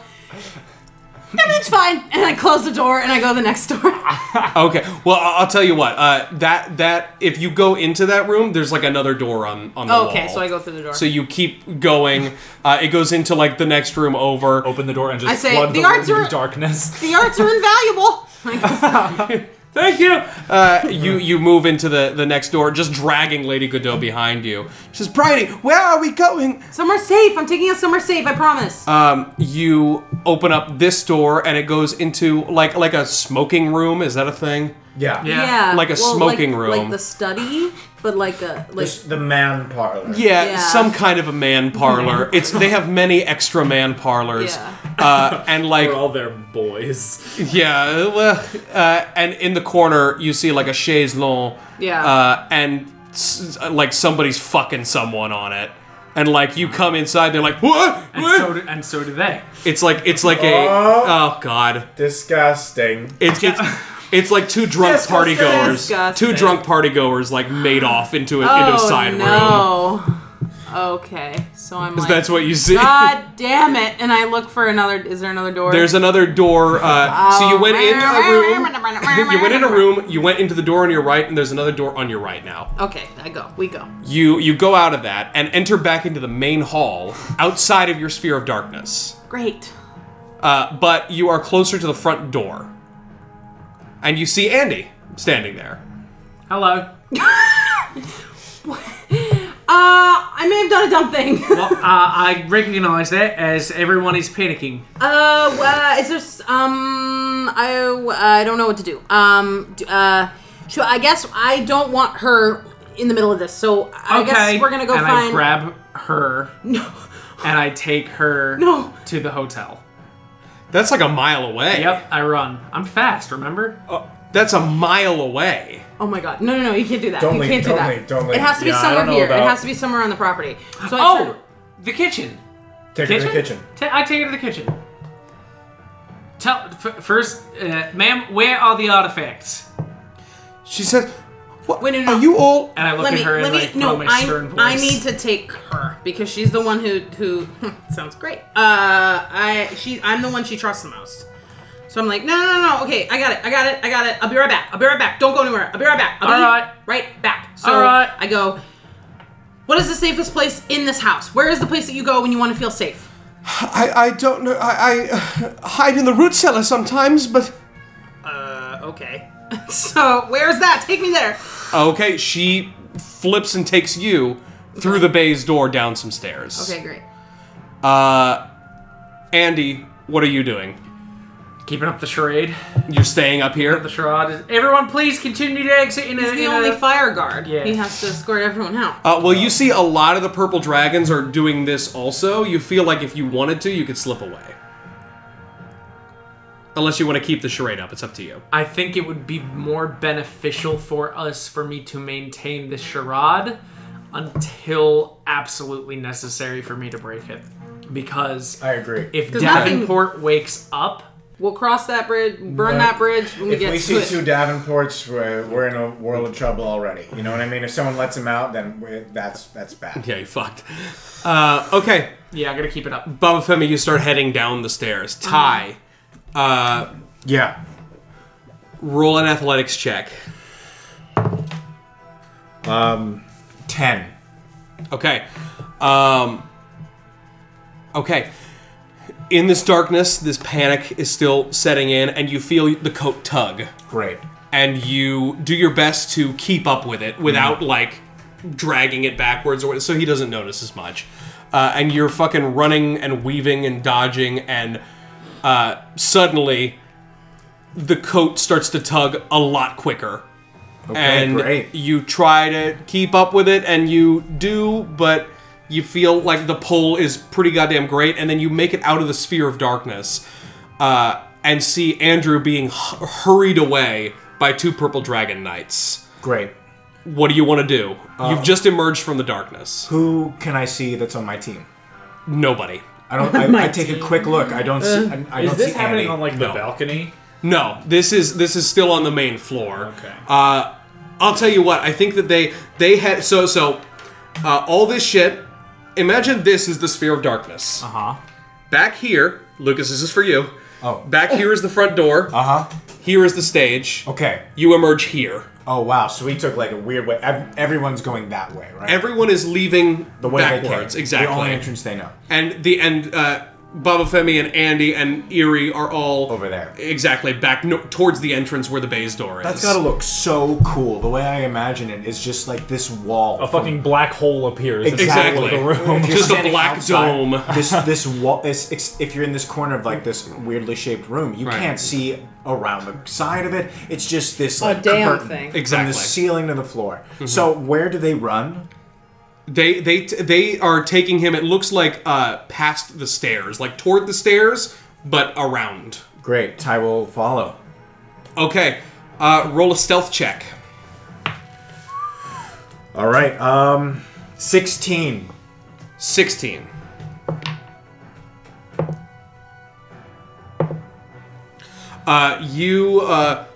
Speaker 8: Everything's fine. And I close the door and I go the next door.
Speaker 2: okay, well I- I'll tell you what. Uh, that that if you go into that room, there's like another door on on the
Speaker 8: okay,
Speaker 2: wall.
Speaker 8: so I go through the door.
Speaker 2: So you keep going. Uh, it goes into like the next room over.
Speaker 6: Open the door and just
Speaker 8: I say,
Speaker 6: flood
Speaker 8: "The
Speaker 6: the,
Speaker 8: arts
Speaker 6: room
Speaker 8: are-
Speaker 6: with darkness.
Speaker 8: the arts are invaluable.
Speaker 2: Thank you. Uh, you you move into the, the next door, just dragging Lady Godot behind you. She says, "Bridie, where are we going?"
Speaker 8: Somewhere safe. I'm taking us somewhere safe. I promise.
Speaker 2: Um, you open up this door, and it goes into like like a smoking room. Is that a thing?
Speaker 4: Yeah.
Speaker 3: Yeah.
Speaker 8: yeah,
Speaker 2: like a smoking
Speaker 8: like,
Speaker 2: room.
Speaker 8: like the study, but like a like
Speaker 4: Just the man parlor.
Speaker 2: Yeah,
Speaker 8: Yeah.
Speaker 2: some kind of a man parlor. it's they have many extra man parlors,
Speaker 8: Yeah.
Speaker 2: uh, and like
Speaker 6: They're all their boys.
Speaker 2: yeah, well, uh, and in the corner you see like a chaise longue.
Speaker 8: Yeah.
Speaker 2: uh, and s- uh, like somebody's fucking someone on it. And like you come inside, they're like, what?
Speaker 3: And
Speaker 2: What?"
Speaker 3: so, do, and so do they.
Speaker 2: It's like it's like a
Speaker 4: Oh.
Speaker 2: oh god.
Speaker 4: Disgusting.
Speaker 2: It's it's, it's like two drunk party goers,
Speaker 8: Disgusting.
Speaker 2: two drunk party goers like made off into a, into a side room.
Speaker 8: Oh, no. Okay, so I'm like,
Speaker 2: That's what you see.
Speaker 8: God damn it! And I look for another. Is there another door?
Speaker 2: There's another door. Uh, so you went into a room. you went in a room. You went into the door on your right, and there's another door on your right now.
Speaker 8: Okay, I go. We go.
Speaker 2: You you go out of that and enter back into the main hall outside of your sphere of darkness.
Speaker 8: Great.
Speaker 2: Uh, but you are closer to the front door, and you see Andy standing there.
Speaker 3: Hello.
Speaker 8: Uh, I may have done a dumb thing. uh,
Speaker 3: Well, uh, I recognise that as everyone is panicking.
Speaker 8: uh, is there s- um? I I don't know what to do. Um, d- uh, so I guess I don't want her in the middle of this. So I
Speaker 3: okay.
Speaker 8: guess we're gonna go
Speaker 3: and I
Speaker 8: find.
Speaker 3: grab her
Speaker 8: no.
Speaker 3: and I take her
Speaker 8: No.
Speaker 3: to the hotel.
Speaker 2: That's like a mile away. Uh,
Speaker 3: Yep, I run. I'm fast, remember?
Speaker 2: That's a mile away.
Speaker 8: Oh my god. No, no, no. You can't do that.
Speaker 4: Don't
Speaker 8: you
Speaker 4: leave,
Speaker 8: can't do
Speaker 4: don't
Speaker 8: that.
Speaker 4: leave, don't leave.
Speaker 8: It has to be
Speaker 6: Yeah, I don't
Speaker 8: somewhere
Speaker 6: know
Speaker 8: here. It
Speaker 6: about-
Speaker 8: has to be somewhere on the property. So I
Speaker 3: oh,
Speaker 8: turn-
Speaker 3: the kitchen.
Speaker 4: Take her to the kitchen.
Speaker 3: Ta- I take her to the kitchen. Tell f- first, uh, ma'am, where are the artifacts?
Speaker 2: She says, "What?
Speaker 8: Wait, no, no.
Speaker 2: Are you all?"
Speaker 3: And I look
Speaker 8: let
Speaker 3: at
Speaker 8: me,
Speaker 3: her and
Speaker 8: let me,
Speaker 3: like
Speaker 8: no,
Speaker 3: throw my stern
Speaker 8: I,
Speaker 3: voice.
Speaker 8: I need to take her because she's the one who, who sounds great. Uh, I, she, I'm the one she trusts the most. So I'm like, no, no, no, no. Okay, I got it, I got it, I got it. I'll be right back. I'll be right back. Don't go anywhere. I'll be right back. I'll be
Speaker 3: All right.
Speaker 8: right back. So
Speaker 3: All right.
Speaker 8: I go. What is the safest place in this house? Where is the place that you go when you want to feel safe?
Speaker 7: I, I don't know. I, I uh, hide in the root cellar sometimes, but
Speaker 8: Uh, okay. so where's that? Take me there.
Speaker 2: Okay, she flips and takes you through the bay's door down some stairs.
Speaker 8: Okay, great.
Speaker 2: Uh, Andy, what are you doing?
Speaker 3: Keeping up the charade.
Speaker 2: You're staying up
Speaker 3: The
Speaker 2: here.
Speaker 3: charade. Is, everyone, please continue to exit in a.
Speaker 8: He's the
Speaker 3: in
Speaker 8: only
Speaker 3: a-
Speaker 8: fire guard.
Speaker 3: Yeah.
Speaker 8: He has to escort everyone out.
Speaker 2: Uh, well, you see a lot of the purple dragons are doing this also. You feel like if you wanted to, you could slip away. Unless you want to keep the charade up, it's up to you.
Speaker 3: I think it would be more beneficial for us for me to maintain the charade until absolutely necessary for me to break it, because
Speaker 4: I agree.
Speaker 3: if
Speaker 8: 'Cause nothing-
Speaker 3: Davenport wakes up,
Speaker 8: We'll cross that bridge, burn
Speaker 4: No.
Speaker 8: that bridge when we
Speaker 4: if
Speaker 8: get
Speaker 4: we
Speaker 8: to
Speaker 4: see
Speaker 8: it.
Speaker 4: two Davenports, we're, we're in a world of trouble already. You know what I mean? If someone lets him out, then we that's that's bad.
Speaker 2: Yeah, you fucked. Uh, okay,
Speaker 3: yeah, I gotta keep it up.
Speaker 2: Baba Femi, you start heading down the stairs. Ty,
Speaker 4: Yeah.
Speaker 2: roll an athletics check.
Speaker 4: Ten.
Speaker 2: Okay. Um, okay. In this darkness, this panic is still setting in, and you feel the coat tug.
Speaker 4: Great.
Speaker 2: and you do your best to keep up with it without like dragging it backwards or what- so he doesn't notice as much. Uh, and you're fucking running and weaving and dodging, and uh, suddenly the coat starts to tug a lot quicker. and
Speaker 4: great.
Speaker 2: you try to keep up with it, and you do, but you feel like the pull is pretty goddamn great, and then you make it out of the sphere of darkness uh, and see Andrew being h- hurried away by two purple dragon knights.
Speaker 4: Great.
Speaker 2: What do you want to do? You've just emerged from the darkness.
Speaker 4: Uh, Who can I see that's on my team?
Speaker 2: Nobody.
Speaker 4: I don't. I, I take a quick look. I don't see. I, I
Speaker 6: Is
Speaker 4: don't
Speaker 6: this
Speaker 4: see
Speaker 6: happening
Speaker 4: Annie.
Speaker 6: on like the
Speaker 2: No.
Speaker 6: balcony?
Speaker 2: No, this is this is still on the main floor.
Speaker 6: Okay.
Speaker 2: Uh, I'll tell you what. I think that they they had so so uh, all this shit. Imagine this is the sphere of darkness. Uh
Speaker 4: Uh-huh.
Speaker 2: huh. Back here, Lucas, this is for you.
Speaker 4: Oh.
Speaker 2: Back here is the front door.
Speaker 4: Uh huh.
Speaker 2: Here is the stage.
Speaker 4: Okay.
Speaker 2: You emerge here.
Speaker 4: Oh wow. So we took like a weird way. Ev- Everyone's going that way, right?
Speaker 2: Everyone is leaving
Speaker 4: the way
Speaker 2: backwards.
Speaker 4: they came.
Speaker 2: Exactly.
Speaker 4: The only entrance they know.
Speaker 2: and the and uh, Baba Femi and Andy and Erie are all
Speaker 4: Over there.
Speaker 2: Exactly, back no- towards the entrance where the baize door is.
Speaker 4: That's gotta look so cool. The way I imagine it is just like this wall.
Speaker 6: A fucking black hole appears. in the
Speaker 2: Exactly.
Speaker 6: middle of the room.
Speaker 4: If you're
Speaker 2: Just a
Speaker 4: standing
Speaker 2: black dome.
Speaker 4: this this wall. This ex- if you're in this corner of like this weirdly shaped room, you
Speaker 2: Right.
Speaker 4: can't see around the side of it. It's just this like
Speaker 8: damn
Speaker 4: curtain
Speaker 8: thing.
Speaker 4: from
Speaker 2: Exactly. Mm-hmm.
Speaker 4: the ceiling to the floor. So where do they run?
Speaker 2: They they t- they are taking him. It looks like uh, past the stairs, like toward the stairs, but around.
Speaker 4: Great. Ty will follow.
Speaker 2: Okay, uh, roll a stealth check.
Speaker 4: All right. Um, sixteen.
Speaker 2: Sixteen. Uh, you uh,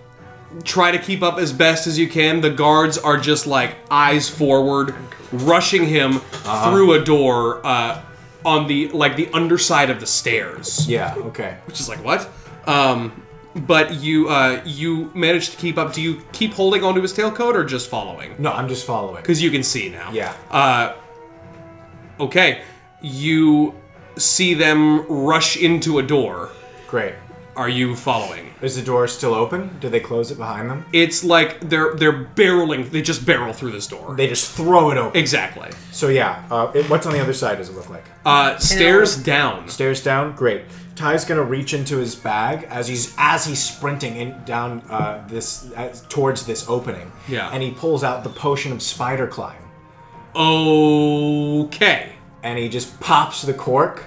Speaker 2: try to keep up as best as you can. The guards are just like eyes forward, rushing him through a door uh, on the like the underside of the stairs.
Speaker 4: Yeah. Okay.
Speaker 2: which is like what? Um, but you uh, you manage to keep up. Do you keep holding onto his tailcoat or just following?
Speaker 4: No, I'm just following.
Speaker 2: Because you can see now.
Speaker 4: Yeah.
Speaker 2: Okay. You see them rush into a door.
Speaker 4: Great.
Speaker 2: Are you following?
Speaker 4: Is the door still open? Do they close it behind them?
Speaker 2: It's like they're they're barreling. They just barrel through this door.
Speaker 4: They just throw it open.
Speaker 2: exactly.
Speaker 4: So yeah. Uh, it, what's on the other side? Does it look like?
Speaker 2: Uh, stairs down.
Speaker 4: Stairs down. Great. Ty's gonna reach into his bag as he's as he's sprinting in down uh, this as, towards this opening.
Speaker 2: Yeah.
Speaker 4: And he pulls out the potion of spider climb,
Speaker 2: Okay.
Speaker 4: and he just pops the cork,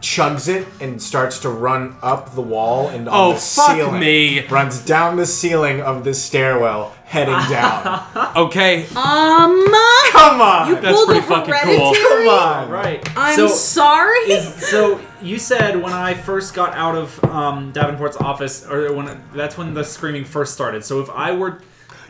Speaker 4: chugs it, and starts to run up the wall and
Speaker 2: Oh,
Speaker 4: on the
Speaker 2: fuck
Speaker 4: ceiling.
Speaker 2: me.
Speaker 4: Runs down the ceiling of the stairwell, heading down.
Speaker 2: Okay.
Speaker 8: Um,
Speaker 4: Come on.
Speaker 2: That's
Speaker 8: pulled
Speaker 2: pretty
Speaker 8: a
Speaker 2: fucking
Speaker 8: hereditary?
Speaker 2: cool.
Speaker 4: Come on.
Speaker 6: Right.
Speaker 8: I'm
Speaker 6: so,
Speaker 8: sorry.
Speaker 6: is- so you said when I first got out of um, Davenport's office, or when that's when the screaming first started. So if I were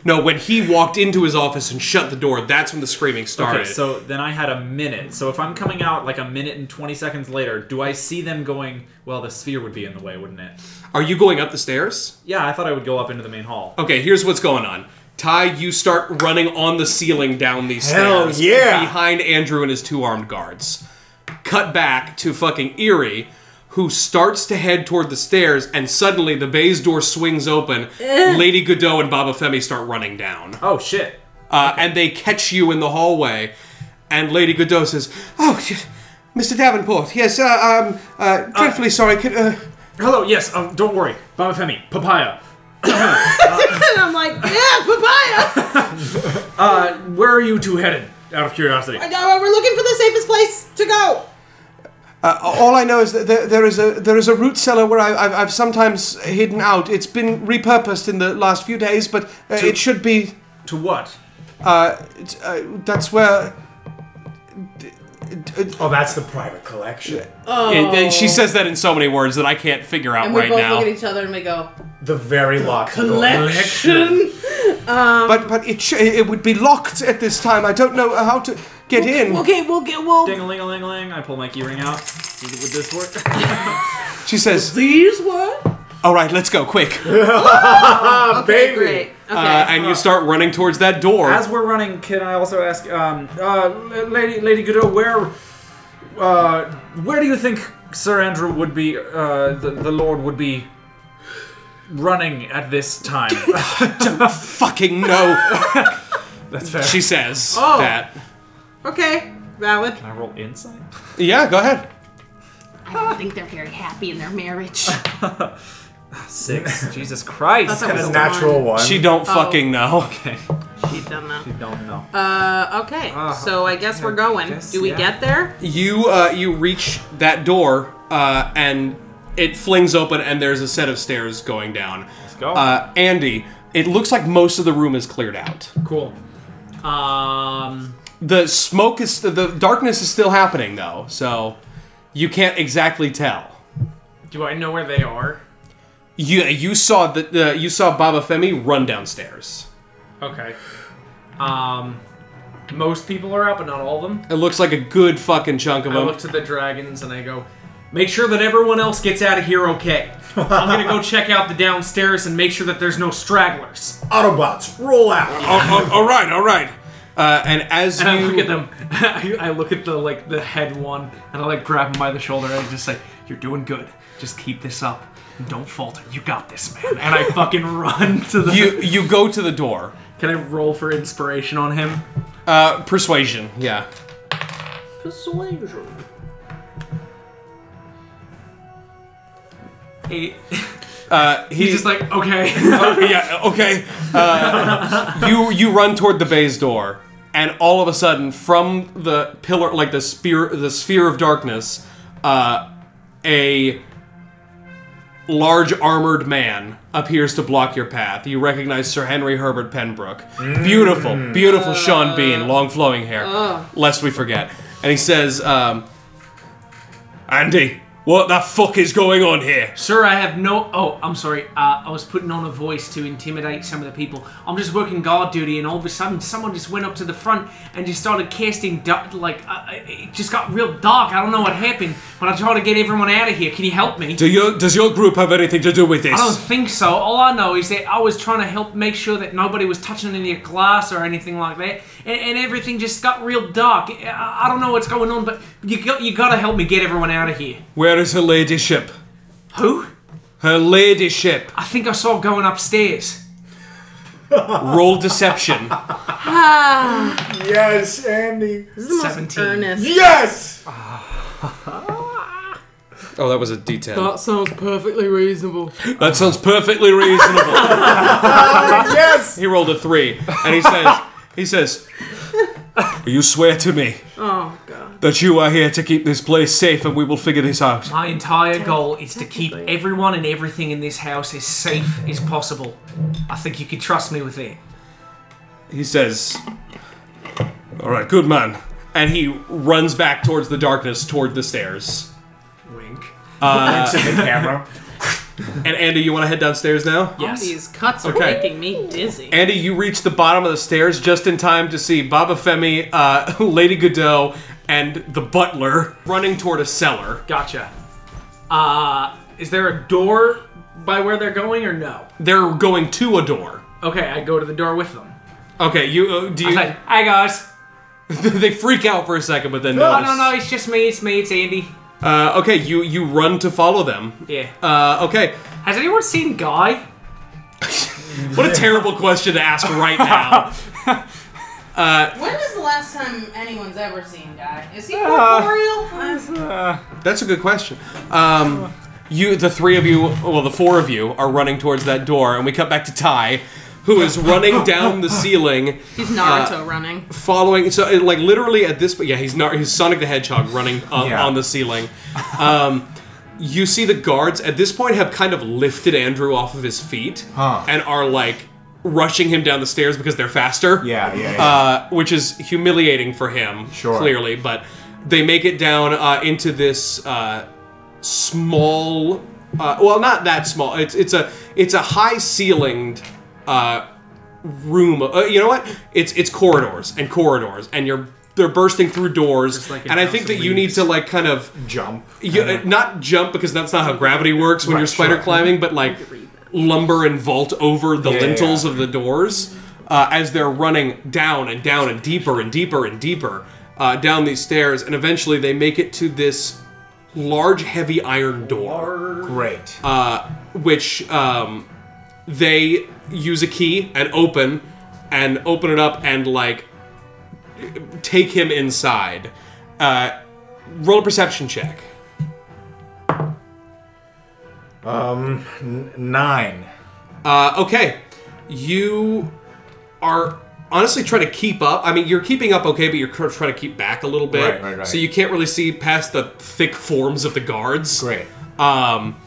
Speaker 2: No, when he walked into his office and shut the door, that's when the screaming started.
Speaker 6: okay, so then I had a minute. So if I'm coming out like a minute and twenty seconds later, do I see them going? Well, the sphere would be in the way, wouldn't it?
Speaker 2: Are you going up the stairs?
Speaker 6: Yeah, I thought I would go up into the main hall.
Speaker 2: Okay, here's what's going on. Ty, you start running on the ceiling down these
Speaker 4: Hell
Speaker 2: stairs.
Speaker 4: yeah.
Speaker 2: Behind Andrew and his two armed guards. Cut back to fucking Erie, who starts to head toward the stairs, and suddenly the baize door swings open. Lady Godot and Baba Femi start running down.
Speaker 6: Oh shit!
Speaker 2: Uh, and they catch you in the hallway, and Lady Godot says, Oh, Mr. Davenport, yes, uh, um, uh, dreadfully sorry. Could, uh,
Speaker 6: Hello. Yes. Um, don't worry, Baba Femi, papaya.
Speaker 8: and I'm like, yeah, papaya.
Speaker 6: Where are you two headed? Uh, Out of curiosity.
Speaker 8: No, we're looking for the safest place to go.
Speaker 7: Uh, All I know is that there, there is a there is a root cellar where I, I've, I've sometimes hidden out. It's been repurposed in the last few days, but uh, it should be.
Speaker 6: To what?
Speaker 7: it's, Uh, that's where.
Speaker 4: Oh, that's the private collection.
Speaker 2: and- and she says that in so many words that I can't figure out
Speaker 8: And we
Speaker 2: right
Speaker 8: both
Speaker 2: now.
Speaker 8: look at each other and we go,
Speaker 4: The very locked door.
Speaker 8: collection.
Speaker 7: but but it sh- it would be locked at this time. I don't know how to get in.
Speaker 8: Okay, we'll get we'll.
Speaker 6: Ding a ling a ling ling. I pull my keyring out. Would this work?
Speaker 7: She says,
Speaker 8: These were
Speaker 7: "All right, let's go quick."
Speaker 8: okay, great. Okay,
Speaker 2: Uh, and you start running towards that door.
Speaker 6: As we're running, can I also ask, um, uh, Lady Lady Godot, where, uh, where do you think Sir Andrew would be? Uh, the, the Lord would be running at this time.
Speaker 7: Fucking no.
Speaker 6: That's fair.
Speaker 2: She says
Speaker 8: Oh.
Speaker 2: that.
Speaker 8: Okay, valid.
Speaker 6: I roll insight.
Speaker 7: Yeah, go ahead.
Speaker 8: I don't think they're very happy in their marriage.
Speaker 6: Six. Jesus
Speaker 8: I thought
Speaker 6: Christ.
Speaker 8: that was a
Speaker 4: Natural
Speaker 8: one.
Speaker 4: one.
Speaker 7: She don't fucking know.
Speaker 8: She done that.
Speaker 6: Don't know.
Speaker 8: Uh, okay, so I guess we're going.
Speaker 6: guess,
Speaker 8: Do we
Speaker 6: yeah.
Speaker 8: get there?
Speaker 2: You uh, you reach that door uh, and it flings open and there's a set of stairs going down. Let's
Speaker 6: go.
Speaker 2: Uh, Andy, it looks like most of the room is cleared out.
Speaker 3: Cool. Um,
Speaker 2: The smoke is the darkness is still happening though, so you can't exactly tell.
Speaker 3: do I know where they are?
Speaker 2: You you saw the, the you saw Baba Femi run downstairs.
Speaker 3: Okay. Um, most people are out, but not all of them.
Speaker 2: It looks like a good fucking chunk of
Speaker 3: I
Speaker 2: them.
Speaker 3: look to the dragons and I go, make sure that everyone else gets out of here okay. I'm gonna go check out the downstairs and make sure that there's no stragglers.
Speaker 4: Autobots, roll out.
Speaker 2: Oh, oh, all right, all right. Uh, and as
Speaker 3: And I
Speaker 2: you
Speaker 3: look at them. I, I look at the like the head one and I like grab him by the shoulder and I just say, "You're doing good. Just keep this up. And don't falter. You got this, man." And I fucking run to the.
Speaker 2: you you go to the door,
Speaker 3: Can I roll for inspiration on him?
Speaker 2: uh, persuasion. Yeah.
Speaker 3: Eight.
Speaker 2: Uh, he,
Speaker 3: He's just like, okay.
Speaker 2: yeah, okay. Uh, you you run toward the bay's door, and all of a sudden, from the pillar, like the spear, the sphere of darkness, uh, a large armored man appears to block your path. You recognize Sir Henry Herbert Penbrook. Beautiful, beautiful Sean Bean, long flowing hair. Lest we forget, and he says, um, "Andy, what the fuck is going on here?"
Speaker 3: Sir, I have no. Oh, I'm sorry. Uh, I was putting on a voice to intimidate some of the people. I'm just working guard duty, and all of a sudden, someone just went up to the front and just started casting. Du- like, uh, it just got real dark. I don't know what happened, but I tried to get everyone out of here. Can you help me?
Speaker 2: Do you, does your group have anything to do with this?
Speaker 3: I don't think so. All I know is that I was trying to help make sure that nobody was touching any glass or anything like that, and, and everything just got real dark. I, I don't know what's going on, but you got you gotta help me get everyone out of here.
Speaker 2: Where is her ladyship?
Speaker 3: Who?
Speaker 2: Her ladyship.
Speaker 3: I think I saw going upstairs.
Speaker 2: Roll deception.
Speaker 8: Ah,
Speaker 4: Oh, Yes, Andy.
Speaker 8: this is the most
Speaker 3: 17.
Speaker 8: earnest.
Speaker 4: Yes.
Speaker 2: Oh, that was a D10.
Speaker 8: That sounds perfectly reasonable.
Speaker 2: That sounds perfectly reasonable.
Speaker 4: Yes.
Speaker 2: he rolled a three, and he says, he says, "You swear to me
Speaker 8: Oh god.
Speaker 2: that you are here to keep this place safe, and we will figure this out."
Speaker 3: My entire goal is to keep everyone and everything in this house as safe as possible. I think you could trust me with that.
Speaker 2: He says, "All right, good man," and he runs back towards the darkness, toward the stairs.
Speaker 3: Wink.
Speaker 4: Into the camera.
Speaker 2: And Andy, you want to head downstairs now?
Speaker 3: Yes.
Speaker 8: These cuts
Speaker 2: Okay.
Speaker 8: are making me dizzy.
Speaker 2: Andy, you reach the bottom of the stairs just in time to see Baba Femi, uh, Lady Godot, and the butler running toward a cellar.
Speaker 3: Gotcha. Uh, is there a door by where they're going or no?
Speaker 2: They're going to a door.
Speaker 3: Okay, I go to the door with them.
Speaker 2: Okay, you uh, do
Speaker 3: I
Speaker 2: you?
Speaker 3: say, Hey guys.
Speaker 2: they freak out for a second, but then
Speaker 3: Oh
Speaker 2: notice.
Speaker 3: no no, it's just me. It's me. It's Andy.
Speaker 2: Uh, okay, you you run to follow them.
Speaker 3: Yeah.
Speaker 2: Uh, okay,
Speaker 3: Has anyone seen Guy?
Speaker 2: what a terrible question to ask right now.
Speaker 8: When was the last time anyone's ever seen Guy? Is he corporeal?
Speaker 2: That's a good question. Um, you, the three of you, well, the four of you are running towards that door, and we cut back to Ty, who is running down the ceiling.
Speaker 8: He's Naruto running.
Speaker 2: following so it, like literally at this yeah he's not he's sonic the hedgehog running up
Speaker 4: Yeah.
Speaker 2: on the ceiling um, you see the guards at this point have kind of lifted andrew off of his feet
Speaker 4: Huh.
Speaker 2: and are like rushing him down the stairs because they're faster
Speaker 4: Yeah, yeah, yeah.
Speaker 2: uh, which is humiliating for him
Speaker 4: Sure.
Speaker 2: clearly but they make it down uh, into this uh, small uh, well not that small it's it's a it's a high ceilinged uh, room. Uh, you know what? It's it's corridors and corridors, and you're they're bursting through doors.
Speaker 3: like in
Speaker 2: and I
Speaker 3: House
Speaker 2: think
Speaker 3: of
Speaker 2: that you need
Speaker 3: Leaves.
Speaker 2: to like kind of
Speaker 4: Jump.
Speaker 2: you, uh, not jump because that's not how gravity works when
Speaker 4: Right,
Speaker 2: you're spider
Speaker 4: sure.
Speaker 2: climbing, but like lumber and vault over the
Speaker 4: Yeah, yeah,
Speaker 2: lintels
Speaker 4: yeah.
Speaker 2: of the doors uh, as they're running down and down and deeper and deeper and deeper uh, down these stairs, and eventually they make it to this large, heavy iron door
Speaker 4: Great.
Speaker 2: which um, they use a key and open and open it up and like take him inside. Uh, roll a perception check.
Speaker 4: Nine.
Speaker 2: Uh, okay, you are honestly trying to keep up. I mean, you're keeping up okay, but you're cr- trying to keep back a little bit,
Speaker 4: Right, right, right.
Speaker 2: so you can't really see past the thick forms of the guards.
Speaker 4: Great.
Speaker 2: Um,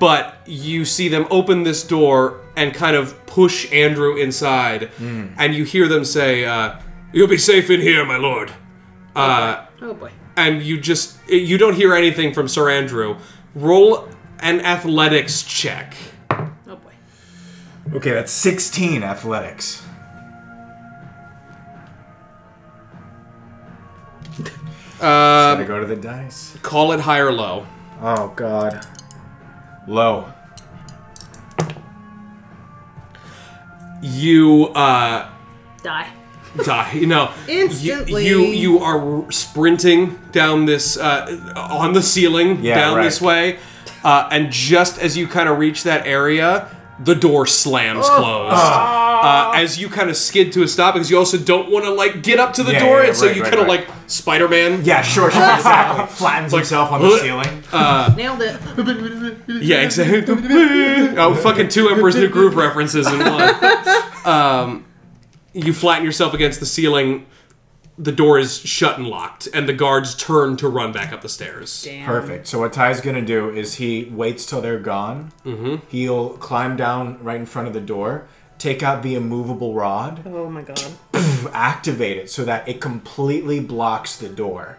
Speaker 2: but you see them open this door and kind of push Andrew inside,
Speaker 4: Hmm.
Speaker 2: and you hear them say, uh, "You'll be safe in here, my lord." Uh,
Speaker 8: Oh boy.
Speaker 2: and you just you don't hear anything from Sir Andrew. Roll an athletics check.
Speaker 8: Oh boy.
Speaker 4: Okay, that's 16 athletics. Uh, gotta go to the dice.
Speaker 2: Call it high or low.
Speaker 4: Oh God. Low.
Speaker 2: You uh,
Speaker 8: Die.
Speaker 2: die. You know, you-
Speaker 8: Instantly.
Speaker 2: You you are sprinting down this uh, on the ceiling
Speaker 4: Yeah,
Speaker 2: down
Speaker 4: right.
Speaker 2: this way, uh, and just as you kind of reach that area, the door slams closed.
Speaker 4: Ah.
Speaker 2: Uh, as you kind of skid to a stop, because you also don't want to like get up to the
Speaker 4: Yeah,
Speaker 2: door,
Speaker 4: yeah,
Speaker 2: and so
Speaker 4: right,
Speaker 2: you
Speaker 4: right,
Speaker 2: kind of
Speaker 4: right.
Speaker 2: like Spider Man.
Speaker 4: Yeah, sure, sure, exactly. Flattens himself on the
Speaker 2: Ugh.
Speaker 4: ceiling.
Speaker 8: Nailed it.
Speaker 2: Yeah, exactly. oh, fucking two Emperor's New Groove references in one. Um, you flatten yourself against the ceiling. The door is shut and locked, and the guards turn to run back up the stairs.
Speaker 4: Perfect. So what Ty's gonna do is he waits till they're gone. Mm-hmm. He'll climb down right in front of the door, take out the immovable rod,
Speaker 8: Oh my god.
Speaker 4: activate it so that it completely blocks the door.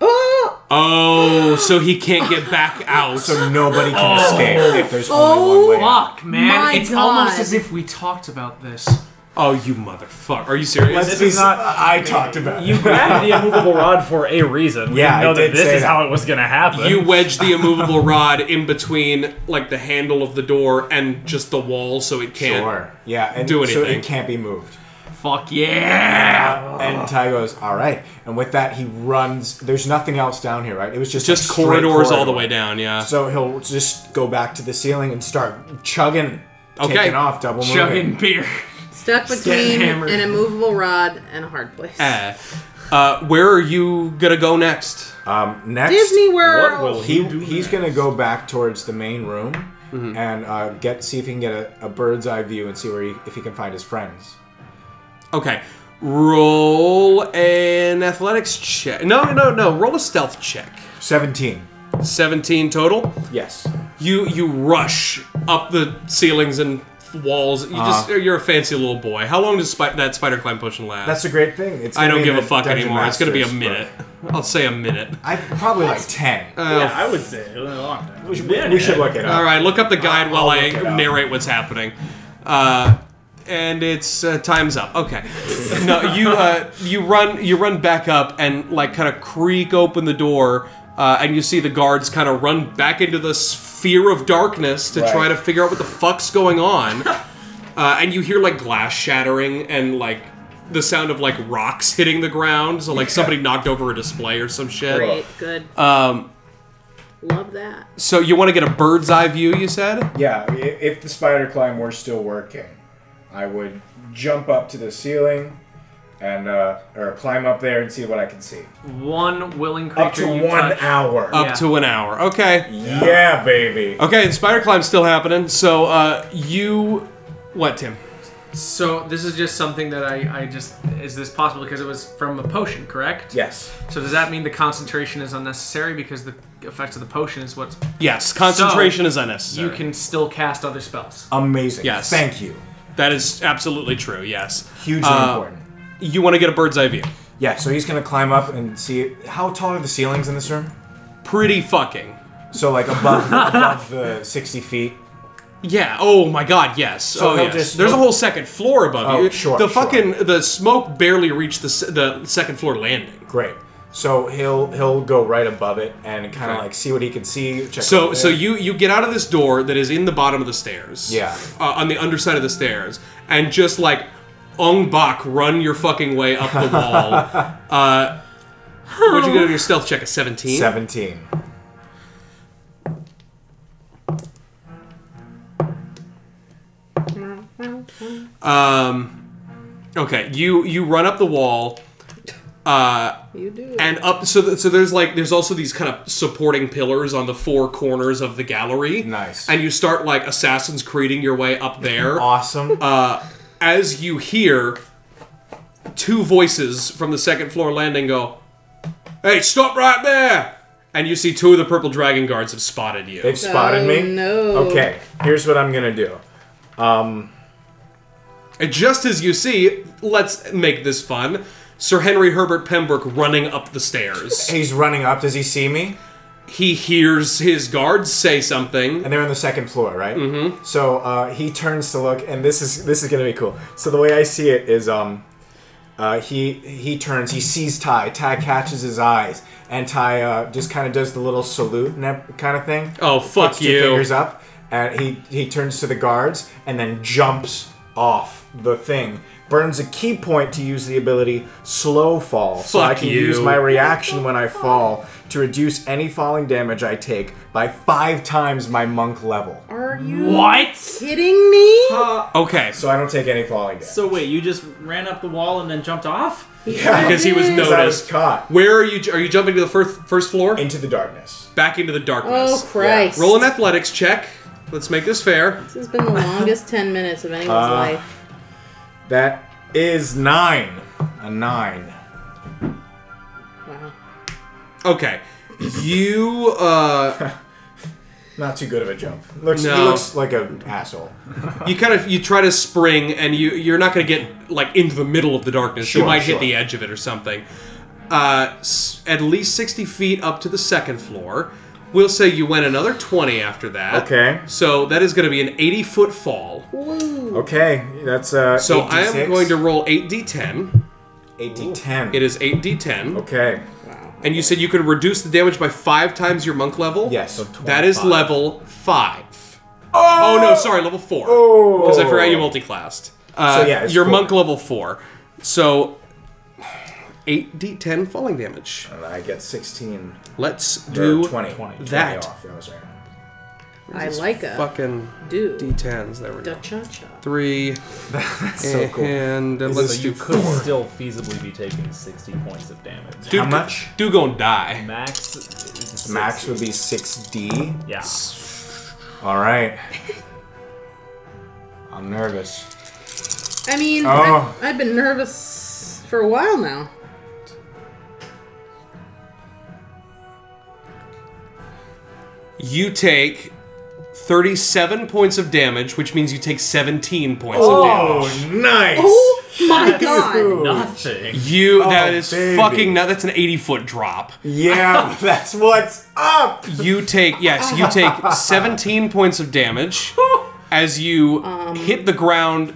Speaker 8: Oh!
Speaker 2: Oh, so he can't get back out.
Speaker 4: So nobody
Speaker 6: Oh.
Speaker 4: can escape if there's
Speaker 8: Oh,
Speaker 4: only one way. out.
Speaker 3: Fuck, man.
Speaker 8: My
Speaker 3: it's almost
Speaker 8: God.
Speaker 3: as if we talked about this.
Speaker 2: oh, you motherfucker! Are you serious?
Speaker 4: Let's be not. I talked about
Speaker 6: You grabbed the immovable rod for a reason. We
Speaker 4: Yeah,
Speaker 6: didn't know
Speaker 4: I
Speaker 6: that
Speaker 4: did
Speaker 6: this
Speaker 4: say
Speaker 6: is
Speaker 4: that.
Speaker 6: how it was gonna happen.
Speaker 2: You wedge the immovable rod in between, like the handle of the door and just the wall, so it can't.
Speaker 4: Sure. Yeah, and
Speaker 2: do
Speaker 4: so
Speaker 2: anything.
Speaker 4: it can't be moved. Uh,
Speaker 3: Fuck yeah.
Speaker 4: And Ty goes, "All right." And with that, he runs. There's nothing else down here, right? It was just
Speaker 2: Just
Speaker 4: a straight
Speaker 2: corridors all the
Speaker 4: corridor.
Speaker 2: way down. Yeah.
Speaker 4: So he'll just go back to the ceiling and start chugging,
Speaker 2: Okay.
Speaker 4: taking off, double moving.
Speaker 3: Chugging beer.
Speaker 8: Stuck between
Speaker 3: hammered.
Speaker 8: an immovable rod and a hard place.
Speaker 2: Eh. Uh, where are you gonna go next?
Speaker 4: Um, next,
Speaker 8: Disney World.
Speaker 6: what will
Speaker 4: he
Speaker 6: he do?
Speaker 4: he's gonna go back towards the main room
Speaker 2: Mm-hmm.
Speaker 4: and uh, get see if he can get a, a bird's eye view and see where he, if he can find his friends.
Speaker 2: Okay. Roll an athletics check. No, no, no. Roll a stealth check.
Speaker 4: Seventeen.
Speaker 2: 17 total.
Speaker 4: Yes.
Speaker 2: You you rush up the ceilings and walls. You just
Speaker 4: Ah.
Speaker 2: you're a fancy little boy. How long does spi- that spider climb potion last?
Speaker 4: That's a great thing. It's
Speaker 2: I
Speaker 4: gonna
Speaker 2: don't
Speaker 4: be in
Speaker 2: give a
Speaker 4: the
Speaker 2: fuck
Speaker 4: Dungeon
Speaker 2: anymore. It's gonna be a
Speaker 4: Masters
Speaker 2: minute.
Speaker 4: book.
Speaker 2: I'll say a minute.
Speaker 4: I probably like ten.
Speaker 6: yeah, I would say a long time. We should,
Speaker 4: we should look it up.
Speaker 2: Uh, All right, look up the guide while I
Speaker 4: look it up.
Speaker 2: narrate what's happening. Uh, and it's uh, time's up. Okay. no, you uh, you run you run back up and like kind of creak open the door, uh, and you see the guards kind of run back into the sphere of darkness to try to figure out what the fuck's going on. Uh, and you hear like glass shattering and like the sound of like rocks hitting the ground. So like somebody knocked over a display or some shit.
Speaker 8: Great. Good.
Speaker 2: Um,
Speaker 8: Love that.
Speaker 2: so you want to get a bird's eye view? You said.
Speaker 4: Yeah, i- if the spider climb were still working, I would jump up to the ceiling and uh, or climb up there and see what I can see.
Speaker 3: One willing creature
Speaker 4: Up to
Speaker 3: you
Speaker 4: one
Speaker 3: touch.
Speaker 4: hour.
Speaker 2: Up
Speaker 3: Yeah.
Speaker 2: to an hour. Okay.
Speaker 4: yeah. baby.
Speaker 2: Okay, the spider climb's still happening. So, uh, you. What, Tim?
Speaker 3: So this is just something that I, I just is this possible because it was from a potion, correct?
Speaker 4: Yes.
Speaker 3: So does that mean the concentration is unnecessary because the effects of the potion is what
Speaker 2: Yes, concentration is unnecessary.
Speaker 3: you can still cast other spells.
Speaker 4: Amazing.
Speaker 2: Yes.
Speaker 4: Thank you.
Speaker 2: That is absolutely true, yes.
Speaker 4: Hugely
Speaker 2: Uh,
Speaker 4: important.
Speaker 2: You want to get a bird's eye view.
Speaker 4: Yeah, so he's gonna climb up and see how tall are the ceilings in this room?
Speaker 2: Pretty fucking.
Speaker 4: So like above above the sixty feet.
Speaker 2: Yeah, oh my god, yes. oh,
Speaker 4: he'll
Speaker 2: yes.
Speaker 4: just-
Speaker 2: There's a whole second floor above
Speaker 4: Oh,
Speaker 2: you.
Speaker 4: sure,
Speaker 2: The
Speaker 4: sure.
Speaker 2: fucking. The smoke barely reached the, se- the second floor landing.
Speaker 4: Great. So he'll he'll go right above it and kind of
Speaker 2: Okay.
Speaker 4: like see what he can see. Check
Speaker 2: So,
Speaker 4: over
Speaker 2: so
Speaker 4: there.
Speaker 2: you you get out of this door that is in the bottom of the stairs.
Speaker 4: Yeah.
Speaker 2: Uh, on the underside of the stairs, and just like Ong Bak, run your fucking way up the wall. uh, what'd you get on your stealth check? A seventeen.
Speaker 4: seventeen.
Speaker 2: Um, okay, you you run up the wall. Uh,
Speaker 8: You do.
Speaker 2: and up so th- so there's like there's also these kind of supporting pillars on the four corners of the gallery
Speaker 4: Nice.
Speaker 2: and you start like assassin's creeding your way up there
Speaker 4: Awesome.
Speaker 2: Uh, as you hear two voices from the second floor landing go hey stop right there and you see two of the purple dragon guards have spotted you
Speaker 4: They've spotted
Speaker 8: Oh,
Speaker 4: me.
Speaker 8: no.
Speaker 4: Okay, here's what I'm gonna do.
Speaker 2: and just as you see let's make this fun sir henry herbert pembroke running up the stairs
Speaker 4: He's running up. Does he see me?
Speaker 2: he hears his guards say something
Speaker 4: And they're on the second floor, right? Mm-hmm. So uh, he turns to look, and this is this is gonna be cool. So the way I see it is, um, uh, he he turns, he sees Ty. Ty catches his eyes, and Ty uh, just kind of does the little salute and that kind of thing.
Speaker 2: oh fuck
Speaker 4: puts two
Speaker 2: you
Speaker 4: fingers up, and he he turns to the guards and then jumps off the thing. Burns a key point to use the ability slow fall, so I
Speaker 2: Fuck
Speaker 4: can
Speaker 2: you.
Speaker 4: use my reaction when I fall to reduce any falling damage I take by five times my monk level.
Speaker 8: Are you kidding me?
Speaker 2: okay
Speaker 4: So I don't take any falling damage.
Speaker 6: So wait, you just ran up the wall and then jumped off?
Speaker 2: because he was
Speaker 4: Because I was
Speaker 2: noticed.
Speaker 4: caught
Speaker 2: Where are you? Are you jumping to the first first floor?
Speaker 4: into the darkness.
Speaker 2: Back into the darkness.
Speaker 8: Oh Christ!
Speaker 2: Roll an athletics check. Let's make this fair.
Speaker 8: This has been the longest ten minutes of anyone's life.
Speaker 4: That is nine. A nine.
Speaker 8: Wow.
Speaker 2: Okay, you. uh
Speaker 4: Not too good of a jump. Looks he
Speaker 2: No.
Speaker 4: looks like an asshole.
Speaker 2: You kind of you try to spring, and you you're not going to get like into the middle of the darkness. you
Speaker 4: Sure,
Speaker 2: might hit
Speaker 4: sure.
Speaker 2: the edge of it or something. Uh, s- at least sixty feet up to the second floor. We'll say you went another twenty after that.
Speaker 4: Okay.
Speaker 2: So that is going to be an eighty foot fall.
Speaker 4: Okay, that's uh.
Speaker 2: So I am
Speaker 4: 8d6.
Speaker 2: going to roll eight d ten.
Speaker 4: 8d10.
Speaker 2: It is eight d ten.
Speaker 4: Okay.
Speaker 2: And you said you could reduce the damage by five times your monk level?
Speaker 4: Yes. So
Speaker 2: that is level five. Oh, no, sorry, level four.
Speaker 4: Oh.
Speaker 2: Because I forgot you multiclassed. Uh,
Speaker 4: So, yeah, it's
Speaker 2: You're
Speaker 4: four.
Speaker 2: monk level four. So, 8d10 falling damage.
Speaker 4: And I get 16.
Speaker 2: Let's
Speaker 4: or
Speaker 2: do
Speaker 4: 20. 20
Speaker 2: that.
Speaker 4: off. That was right.
Speaker 8: I like a
Speaker 2: Fucking
Speaker 8: dude.
Speaker 2: d10s. There we
Speaker 8: Da
Speaker 2: go.
Speaker 8: cha cha.
Speaker 2: Three.
Speaker 4: That's so cool.
Speaker 2: And
Speaker 4: this
Speaker 2: let's
Speaker 4: you
Speaker 2: do
Speaker 4: could-
Speaker 2: four.
Speaker 9: Still feasibly be taking 60 points of damage.
Speaker 2: Dude,
Speaker 4: How much?
Speaker 2: Dude, gonna die.
Speaker 9: Max. is
Speaker 4: Max
Speaker 9: 60.
Speaker 4: would be 6d.
Speaker 9: Yeah.
Speaker 4: All right. I'm nervous.
Speaker 8: I mean,
Speaker 4: Oh.
Speaker 8: I've, I've been nervous for a while now.
Speaker 2: You take 37 points of damage, which means you take 17 points
Speaker 4: Oh,
Speaker 2: of damage.
Speaker 4: nice.
Speaker 8: Oh my god!
Speaker 9: Nothing.
Speaker 2: You that is
Speaker 4: Oh, baby.
Speaker 2: fucking no, that's an 80 foot drop.
Speaker 4: Yeah, that's what's up.
Speaker 2: You take yes, you take 17 points of damage as you hit the ground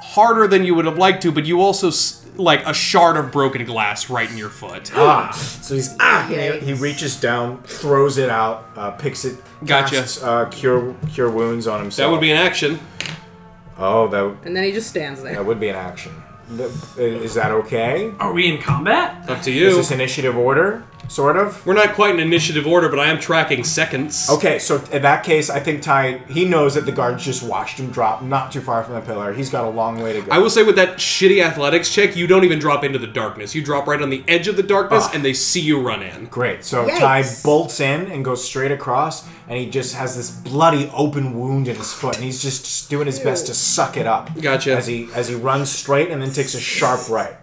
Speaker 2: harder than you would have liked to, but you also s- like a shard of broken glass right in your foot.
Speaker 4: Ah, so he's ah. and He, he
Speaker 8: Yikes.
Speaker 4: reaches down, throws it out, uh, picks it.
Speaker 2: Gotcha.
Speaker 4: Casts, uh, cure cure wounds on himself.
Speaker 2: That would be an action.
Speaker 4: Oh, that
Speaker 8: And then he just stands there.
Speaker 4: that would be an action. Th- Is that okay?
Speaker 3: Are we in combat?
Speaker 2: Up to
Speaker 4: Is
Speaker 2: you.
Speaker 4: this initiative order? Sort of.
Speaker 2: We're not quite in initiative order, but I am tracking seconds.
Speaker 4: Okay, so in that case, I think Ty he knows that the guards just watched him drop not too far from the pillar. He's got a long way to go.
Speaker 2: I will say with that shitty athletics check, you don't even drop into the darkness. You drop right on the edge of the darkness
Speaker 4: Ah.
Speaker 2: and they see you run in.
Speaker 4: Great. So
Speaker 8: Yikes.
Speaker 4: Ty bolts in and goes straight across, and he just has this bloody open wound in his foot, and he's just doing his best to suck it up.
Speaker 2: Gotcha.
Speaker 4: As he as he runs straight and then takes a sharp right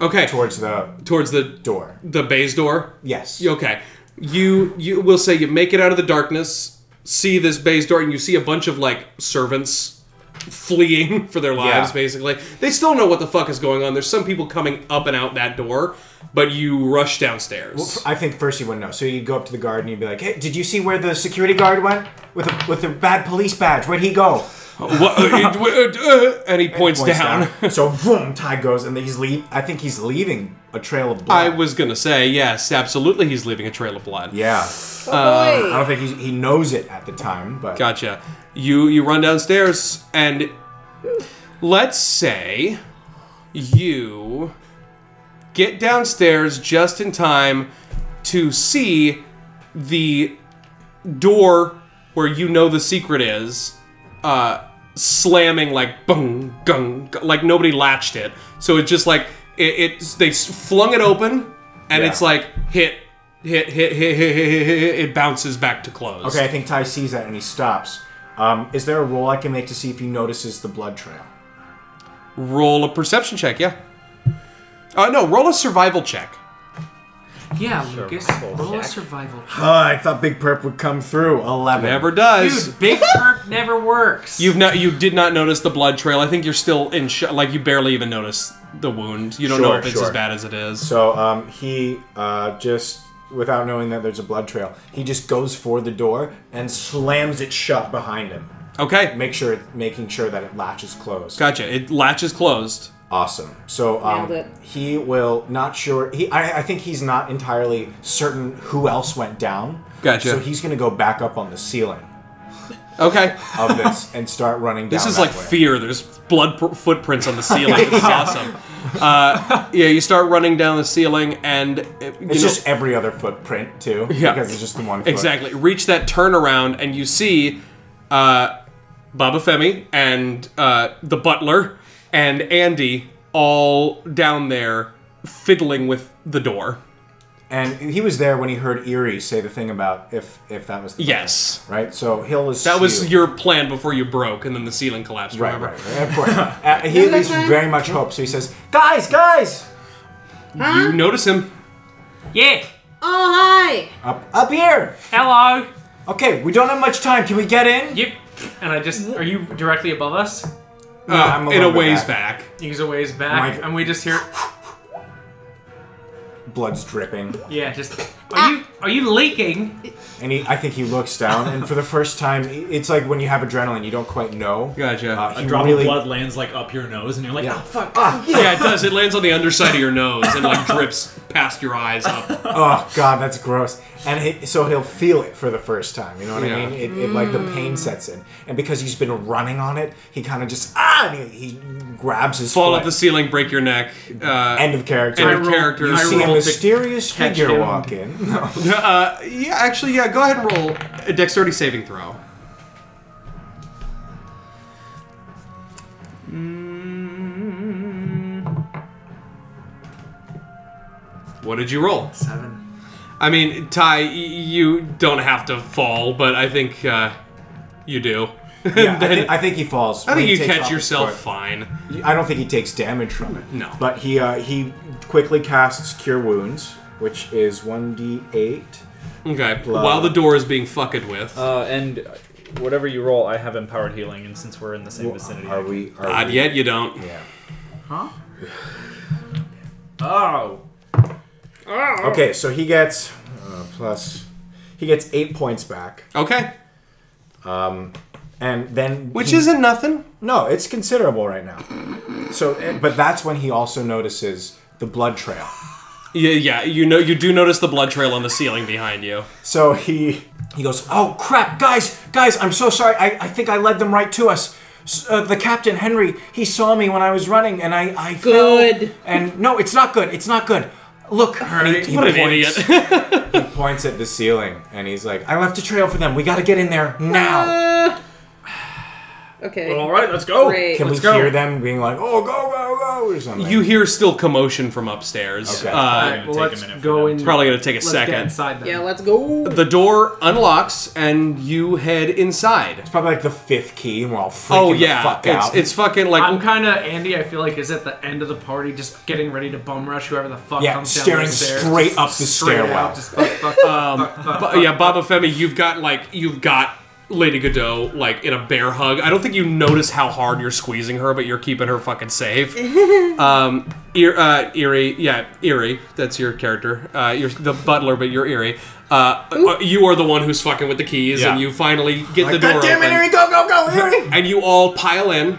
Speaker 2: Okay.
Speaker 4: towards the
Speaker 2: Towards the
Speaker 4: door.
Speaker 2: the base door.
Speaker 4: Yes.
Speaker 2: Okay. You you will say you make it out of the darkness, see this base door, and you see a bunch of like servants fleeing for their lives,
Speaker 4: Yeah.
Speaker 2: basically. They still know what the fuck is going on. There's some people coming up and out that door, but you rush downstairs.
Speaker 4: I think first he wouldn't know. So you'd go up to the guard and you'd be like, "Hey, did you see where the security guard went with a, with the bad police badge? Where'd he go?"
Speaker 2: What- uh, it- uh, uh, and he points,
Speaker 4: points
Speaker 2: down.
Speaker 4: down. so vroom, Ty goes, and he's leave. I think he's leaving a trail of blood.
Speaker 2: I was gonna say yes, absolutely. He's leaving a trail of blood.
Speaker 4: yeah. Uh, I
Speaker 8: Oh
Speaker 4: don't think he, he knows it at the time, but
Speaker 2: Gotcha. You you run downstairs and let's say you get downstairs just in time to see the door where you know the secret is uh, slamming like bung gung gung, like nobody latched it. So it just like it, it they s- flung it open and
Speaker 4: Yeah.
Speaker 2: it's like hit hit hit hit hit hit hit, hit, hit it bounces back to close.
Speaker 4: Okay, I think Ty sees that and he stops. Um, is there a roll I can make to see if he notices the blood trail?
Speaker 2: Roll a perception check, yeah. Uh, no, roll a survival check.
Speaker 3: Yeah, Lucas. Roll a survival. check.
Speaker 4: Oh, I thought Big Perp would come through. Eleven.
Speaker 2: Never does.
Speaker 3: Dude, big perp never works.
Speaker 2: You've not. You did not notice the blood trail. I think you're still in. Sh- like you barely even notice the wound. You don't know
Speaker 4: Sure,
Speaker 2: if it's
Speaker 4: sure.
Speaker 2: as bad as it is.
Speaker 4: So um, he uh, just, without knowing that there's a blood trail, he just goes for the door and slams it shut behind him.
Speaker 2: Okay,
Speaker 4: Make sure, making sure that it latches closed.
Speaker 2: gotcha. It latches closed.
Speaker 4: Awesome. So
Speaker 8: Nailed it.
Speaker 4: um, he will not sure. He, I, I think he's not entirely certain who else went down.
Speaker 2: Gotcha.
Speaker 4: So he's gonna go back up on the ceiling
Speaker 2: Okay,
Speaker 4: of this and start running down.
Speaker 2: this is
Speaker 4: that
Speaker 2: like
Speaker 4: way.
Speaker 2: fear. There's blood pr- footprints on the ceiling. This is awesome. Uh, yeah, you start running down the ceiling, and uh, you
Speaker 4: It's
Speaker 2: know-
Speaker 4: just every other footprint too,
Speaker 2: Yeah.
Speaker 4: because it's just the one. Foot.
Speaker 2: Exactly. Reach that turnaround, and you see uh, Baba Femi and uh, the butler and Andy all down there fiddling with the door.
Speaker 4: And he was there when he heard Erie say the thing about if if that was the
Speaker 2: Yes.
Speaker 4: right. So he'll assume,
Speaker 2: That was your plan before you broke, and then the ceiling collapsed.
Speaker 4: right,
Speaker 2: Remember?
Speaker 4: right, right. Of course, uh, he at
Speaker 8: Isn't that
Speaker 4: least
Speaker 8: fine?
Speaker 4: very much hopes. So he says, "Guys, guys,
Speaker 2: You notice him.
Speaker 3: Yeah.
Speaker 8: Oh, hi.
Speaker 4: up up here.
Speaker 3: Hello.
Speaker 4: Okay, we don't have much time. Can we get in?"
Speaker 3: Yep. And I just are you directly above us?
Speaker 4: No,
Speaker 2: Uh,
Speaker 4: I'm
Speaker 2: in a
Speaker 4: little bit
Speaker 2: ways
Speaker 4: back.
Speaker 2: back.
Speaker 3: He's a ways back,
Speaker 4: Mike.
Speaker 3: and we just hear.
Speaker 4: blood's dripping
Speaker 3: Yeah, just. Are you are you leaking?
Speaker 4: and he, i think he looks down and for the first time it's like when you have adrenaline you don't quite know
Speaker 2: Gotcha.
Speaker 4: uh, he
Speaker 9: A drop
Speaker 4: really
Speaker 9: of blood lands like up your nose, and you're like,
Speaker 4: Yeah.
Speaker 9: oh fuck.
Speaker 2: Yeah, it does. It lands on the underside of your nose and like drips past your eyes up.
Speaker 4: oh god that's gross and he, so he'll feel it for the first time you know what
Speaker 2: Yeah.
Speaker 4: i mean it, it like the pain sets in and because he's been running on it he kind of just ah and he, he grabs his
Speaker 2: Fall
Speaker 4: foot.
Speaker 2: off the ceiling, break your neck. Uh,
Speaker 4: end of character
Speaker 2: End of character.
Speaker 4: you
Speaker 2: I
Speaker 4: see a
Speaker 2: rolled to
Speaker 4: mysterious
Speaker 3: catch
Speaker 4: figure
Speaker 3: him.
Speaker 4: walk in No.
Speaker 2: uh, yeah, actually, yeah. Go ahead and roll a dexterity saving throw. Mm. What did you roll?
Speaker 3: Seven.
Speaker 2: I mean, Ty, y- you don't have to fall, but I think uh, you do.
Speaker 4: yeah, I,
Speaker 2: Then-
Speaker 4: think, I think he falls
Speaker 2: I
Speaker 4: when
Speaker 2: think
Speaker 4: he
Speaker 2: you
Speaker 4: takes
Speaker 2: catch
Speaker 4: off his
Speaker 2: yourself
Speaker 4: foot.
Speaker 2: fine.
Speaker 4: I don't think he takes damage from it.
Speaker 2: No.
Speaker 4: But he uh, he quickly casts Cure Wounds, which is one d eight.
Speaker 2: Okay. While the door is being fucked with.
Speaker 6: Uh, and whatever you roll, I have empowered healing, and since we're in the same vicinity,
Speaker 4: Are we? Are
Speaker 2: Not
Speaker 4: we,
Speaker 2: yet, you don't.
Speaker 4: Yeah.
Speaker 6: Oh,
Speaker 4: Okay, so he gets uh, plus. He gets eight points back,
Speaker 2: Okay.
Speaker 4: and then
Speaker 2: Which
Speaker 4: he-
Speaker 2: isn't nothing.
Speaker 4: no, it's considerable right now. So, eh, but that's when he also notices the blood trail.
Speaker 2: Yeah, yeah. You know, you do notice the blood trail on the ceiling behind you.
Speaker 4: So he he goes, "Oh crap, guys, guys, I'm so sorry. I, I think I led them right to us. S- Uh, the captain Henry, he saw me when I was running, and I I
Speaker 8: Good.
Speaker 4: fell. And no, it's not good. It's not good. Look, and he- he
Speaker 2: What an
Speaker 4: points-
Speaker 2: idiot.
Speaker 4: he points at the ceiling, and he's like, "I left a trail for them. We got to get in there now.
Speaker 8: Okay.
Speaker 3: All right, let's go.
Speaker 8: Great.
Speaker 4: Can we
Speaker 3: go.
Speaker 4: hear them being like, "Oh, go, go, go," or something?
Speaker 2: You hear still commotion from upstairs.
Speaker 4: Okay.
Speaker 2: Uh,
Speaker 3: Alright, well,
Speaker 9: It's gonna take a
Speaker 3: let's
Speaker 9: minute for
Speaker 3: go
Speaker 9: them
Speaker 3: in.
Speaker 9: to-
Speaker 2: probably gonna take a
Speaker 3: let's Get
Speaker 2: second.
Speaker 3: inside then.
Speaker 8: Yeah, let's go.
Speaker 2: The door unlocks and you head inside.
Speaker 4: It's probably like the fifth key, and we're all freaking
Speaker 2: Oh
Speaker 4: the
Speaker 2: yeah,
Speaker 4: fuck
Speaker 2: it's
Speaker 4: out.
Speaker 2: it's fucking
Speaker 3: I'm
Speaker 2: like
Speaker 3: kind of Andy. I feel like is at the end of the party, just getting ready to bum rush whoever the fuck
Speaker 4: yeah,
Speaker 3: comes down
Speaker 4: staring
Speaker 3: the stairs.
Speaker 4: straight up the
Speaker 3: Straight out,
Speaker 4: stairwell.
Speaker 3: Just fuck, fuck, fuck, fuck, fuck,
Speaker 2: bu-
Speaker 3: fuck.
Speaker 2: yeah, Baba Femi. You've got like you've got Lady Godot like in a bear hug. I don't think you notice how hard you're squeezing her, but you're keeping her fucking safe. um, ear, uh, Eerie, yeah, Eerie. That's your character. Uh, you're the butler, but you're Eerie. Uh, uh, you are the one who's fucking with the keys, and
Speaker 4: Yeah.
Speaker 2: you finally get the
Speaker 4: Like,
Speaker 2: door
Speaker 4: God damn it,
Speaker 2: open.
Speaker 4: Harry, go, go, go, Harry!
Speaker 2: and you all pile in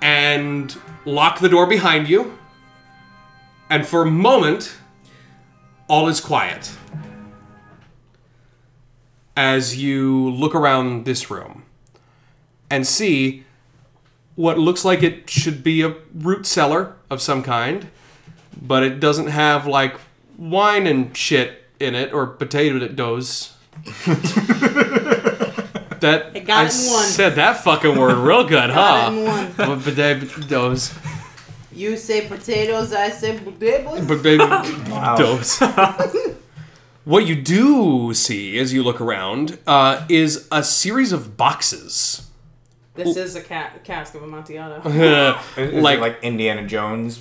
Speaker 2: and lock the door behind you. And for a moment, all is quiet. As you look around this room and see what looks like it should be a root cellar of some kind, but it doesn't have like wine and shit in it or potato does. That
Speaker 8: It got
Speaker 2: I
Speaker 8: it in one.
Speaker 2: said that fucking word real good,
Speaker 8: Got it in
Speaker 2: huh?
Speaker 8: one.
Speaker 2: Well, but they- those,
Speaker 8: You say potatoes, I say potatoes.
Speaker 2: but they- those. What you do see as you look around uh, is a series of boxes.
Speaker 8: This is a ca- cask of Amontillado.
Speaker 4: Is- is it
Speaker 2: Like-
Speaker 4: like Indiana Jones.
Speaker 2: Uh,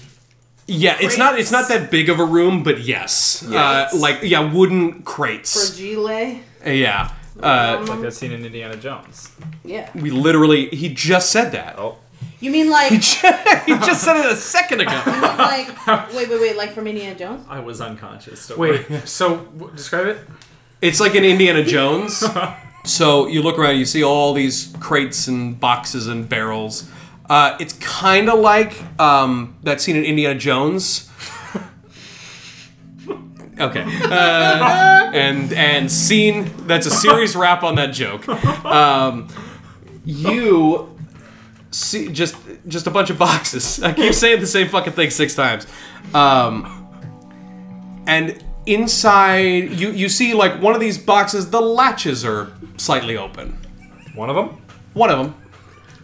Speaker 2: Yeah, it's not it's not that big of a room, but yes, Uh, like yeah, wooden crates.
Speaker 8: Fragile.
Speaker 2: yeah, uh,
Speaker 6: Like that scene in Indiana Jones.
Speaker 8: Yeah.
Speaker 2: we literally he just said that. Oh.
Speaker 8: You mean like,
Speaker 2: he just said it a second ago.
Speaker 8: like, wait, wait, wait, like from Indiana Jones?
Speaker 9: I was unconscious. Don't worry.
Speaker 3: Wait, so w- describe it.
Speaker 2: It's like an Indiana Jones. so you look around, you see all these crates and boxes and barrels. Uh, it's kind of like um, that scene in Indiana Jones. okay, uh, and and scene. That's a series wrap on that joke. Um, you see just just a bunch of boxes. I keep saying the same fucking thing six times. Um, and inside you you see like one of these boxes the latches are slightly open
Speaker 4: One of them.
Speaker 2: one of them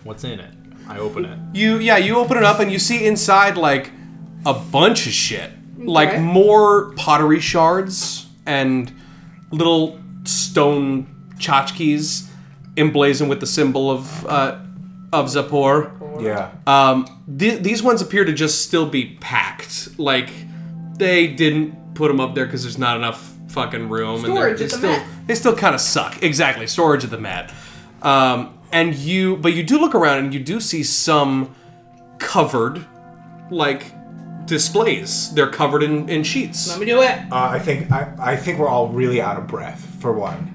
Speaker 9: What's in it? I open it.
Speaker 2: you yeah you open it up and you see inside like a bunch of shit like
Speaker 8: Okay.
Speaker 2: more pottery shards and little stone tchotchkes emblazoned with the symbol of uh of Zapor.
Speaker 4: Yeah.
Speaker 2: Um, th- these ones appear to just still be packed. Like they didn't put them up there because there's not enough fucking room.
Speaker 8: Storage
Speaker 2: and they're-
Speaker 8: at
Speaker 2: they
Speaker 8: the
Speaker 2: still
Speaker 8: Met.
Speaker 2: they still kind of suck. Exactly, storage at the mat. Um, and you, but you do look around and you do see some covered, like displays. They're covered in in sheets.
Speaker 8: Let me do it.
Speaker 4: Uh, I think I, I think we're all really out of breath for one,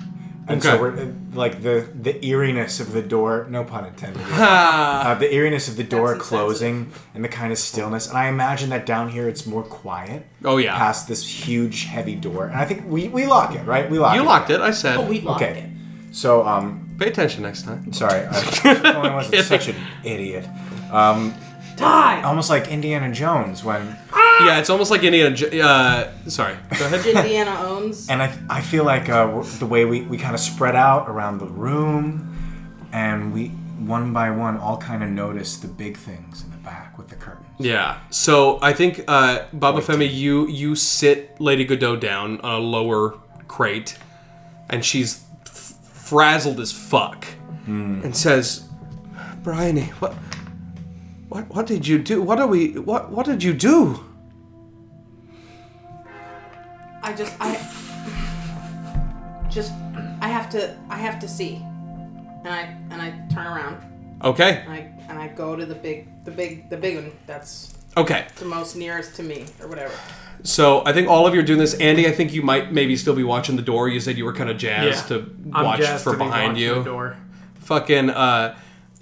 Speaker 4: and so
Speaker 2: Okay.
Speaker 4: we're uh, like the the eeriness of the door. No pun intended. uh, the eeriness of the door
Speaker 8: That's
Speaker 4: closing and the kind of stillness. And I imagine that down here it's more quiet.
Speaker 2: Oh, yeah.
Speaker 4: Past this huge heavy door, and I think we we lock it right. We lock
Speaker 2: you
Speaker 4: it.
Speaker 2: locked it. I said.
Speaker 8: Oh, we locked
Speaker 4: Okay.
Speaker 8: it.
Speaker 4: So um,
Speaker 2: Pay attention next time.
Speaker 4: sorry. I, I was such an idiot.
Speaker 8: Die!
Speaker 4: Almost like Indiana Jones when
Speaker 2: Yeah, it's almost like Indiana. Jo- Uh, sorry. Go ahead.
Speaker 8: Indiana owns.
Speaker 4: And I, I feel like uh, w- the way we, we kind of spread out around the room, and we one by one all kind of notice the big things in the back with the curtains.
Speaker 2: Yeah. So I think uh, Baba Femi, you you sit Lady Godot down on a lower crate, and she's f- frazzled as fuck,
Speaker 3: Hmm.
Speaker 2: and says,
Speaker 7: Bryony, what, what, what did you do? What are we? What, what did you do?
Speaker 8: I just, I. Just, I have to, I have to see. And I, and I turn around.
Speaker 2: "Okay,
Speaker 8: And I, and I go to the big, the big, the big one that's
Speaker 2: okay."
Speaker 8: the most nearest to me, or whatever.
Speaker 2: So I think all of you are doing this. Andy, I think you might maybe still be watching the door. You said you were kind of jazzed
Speaker 3: Yeah.
Speaker 2: to
Speaker 3: I'm
Speaker 2: watch
Speaker 3: jazzed
Speaker 2: from
Speaker 3: to be
Speaker 2: behind
Speaker 3: watching
Speaker 2: you.
Speaker 3: The door.
Speaker 2: fucking uh,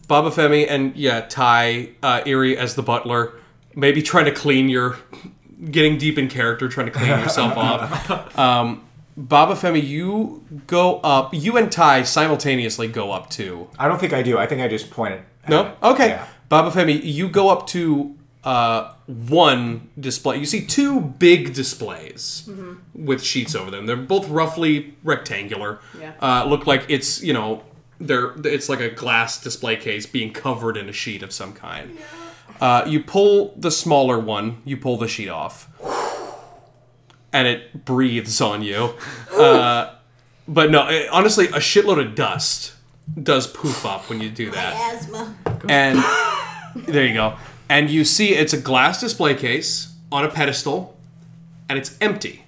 Speaker 2: Baba Femi and yeah, Ty uh, Erie as the butler, maybe trying to clean your, getting deep in character, trying to clean yourself off. Um, Baba Femi, you go up. You and Ty simultaneously go up to.
Speaker 4: I don't think I do. I think I just point it. at
Speaker 2: No,
Speaker 4: it.
Speaker 2: okay.
Speaker 4: Yeah.
Speaker 2: Baba Femi, you go up to uh, one display. You see two big displays
Speaker 4: Mm-hmm.
Speaker 2: with sheets over them. They're both roughly rectangular.
Speaker 8: Yeah.
Speaker 2: Uh, look like it's you know they're it's like a glass display case being covered in a sheet of some kind. Uh, you pull the smaller one. You pull the sheet off. And it breathes on you. Uh, but no, it- honestly, a shitload of dust does poof up when you do that
Speaker 8: Asthma.
Speaker 2: and there you go. And you see it's a glass display case on a pedestal, and it's empty.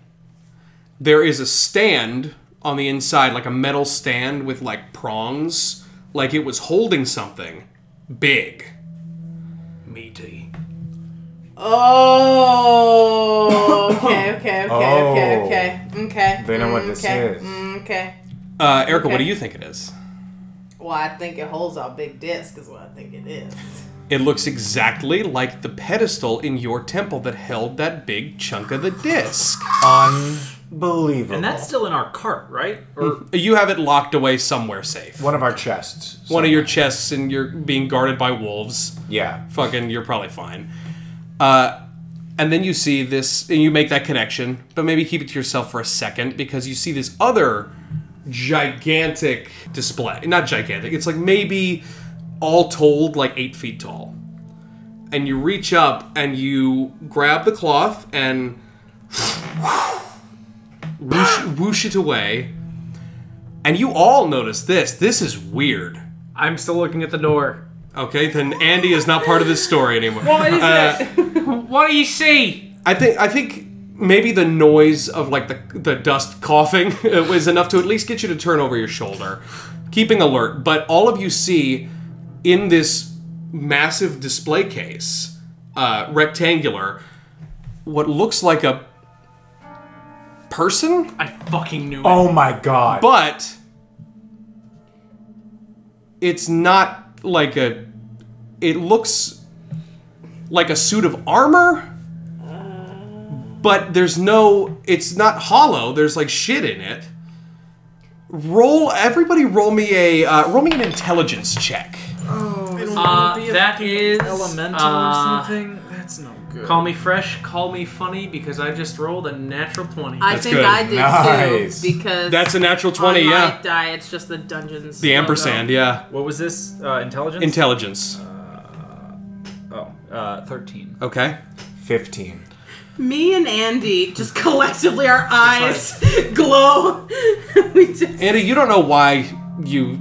Speaker 2: There is a stand on the inside, like a metal stand with like prongs, like it was holding something big.
Speaker 3: Meaty.
Speaker 8: Oh. Okay. Okay. Okay. Okay.
Speaker 4: Oh.
Speaker 8: Okay. Okay.
Speaker 4: They know what this
Speaker 8: okay.
Speaker 4: is.
Speaker 8: mm, Okay.
Speaker 2: Uh, Erica, what do
Speaker 8: Okay.
Speaker 2: you think it is?
Speaker 8: Well, I think it holds our big disc, is what I think it is.
Speaker 2: It looks exactly like the pedestal in your temple that held that big chunk of the disc.
Speaker 8: Mm.
Speaker 4: Unbelievable.
Speaker 6: And that's still in our cart, right? Or
Speaker 2: You have it locked away somewhere safe.
Speaker 4: one of our chests.
Speaker 2: One of your chests, and you're being guarded by wolves.
Speaker 4: Yeah.
Speaker 2: fucking you're probably fine. Uh, and then you see this, and you make that connection, but maybe keep it to yourself for a second because you see this other gigantic display. Not gigantic. It's like maybe all told, like eight feet tall. And you reach up and you grab the cloth and whoosh, whoosh it away. And you all notice this. This is weird.
Speaker 3: I'm still looking at the door.
Speaker 2: Okay, then Andy is not part of this story anymore. What is it?
Speaker 3: What do you see?
Speaker 2: I think I think maybe the noise of like the the dust coughing was enough to at least get you to turn over your shoulder, keeping alert. But all of you see in this massive display case, uh, rectangular, what looks like a person,
Speaker 3: I fucking knew it.
Speaker 4: Oh my god.
Speaker 2: but it's not like a. It looks like a suit of armor, but there's no. It's not hollow. There's like shit in it. Roll, everybody, roll me a uh, roll me an intelligence check.
Speaker 3: Uh, that is
Speaker 6: Elemental
Speaker 3: uh,
Speaker 6: or something? That's no good.
Speaker 3: Call me fresh, call me funny, because I just rolled a natural twenty.
Speaker 8: I
Speaker 2: That's
Speaker 8: think
Speaker 2: good.
Speaker 8: I did
Speaker 4: Nice.
Speaker 8: too because
Speaker 2: That's a natural
Speaker 8: on
Speaker 2: twenty,
Speaker 8: my
Speaker 2: yeah.
Speaker 8: die, it's just the dungeons.
Speaker 2: The ampersand, yeah.
Speaker 6: What was this? Uh, intelligence?
Speaker 2: Intelligence.
Speaker 6: oh, uh, 13.
Speaker 2: Okay.
Speaker 4: 15.
Speaker 8: Me and Andy just collectively our eyes glow. we just
Speaker 2: Andy, you don't know why you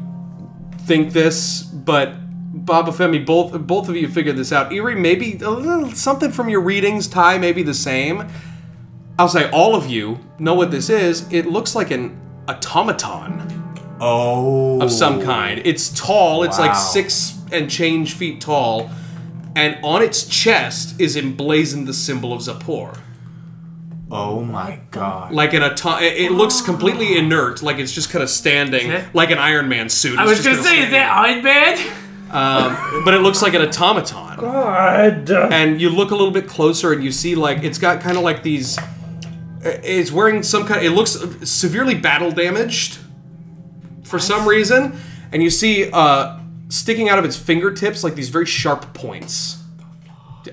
Speaker 2: think this, but Boba Femi, both both of you figured this out. Erie, maybe a little something from your readings. Ty, maybe the same. I'll say all of you know what this is. It looks like an automaton
Speaker 4: Oh.
Speaker 2: of some kind. It's tall. It's like
Speaker 4: Wow.
Speaker 2: six and change feet tall, and on its chest is emblazoned the symbol of Zapor.
Speaker 4: Oh my god.
Speaker 2: Like an auto- it it looks completely inert, like it's just kind of standing,
Speaker 3: Okay.
Speaker 2: like an Iron Man suit.
Speaker 3: I
Speaker 2: It's
Speaker 3: was
Speaker 2: just kinda
Speaker 3: gonna say, is
Speaker 2: standing.
Speaker 3: that Iron Man?
Speaker 2: Um, but it looks like an automaton. And you look a little bit closer, and you see like it's got kind of like these. It's wearing some kind. It looks severely battle damaged, for some reason, and you see uh, sticking out of its fingertips like these very sharp points.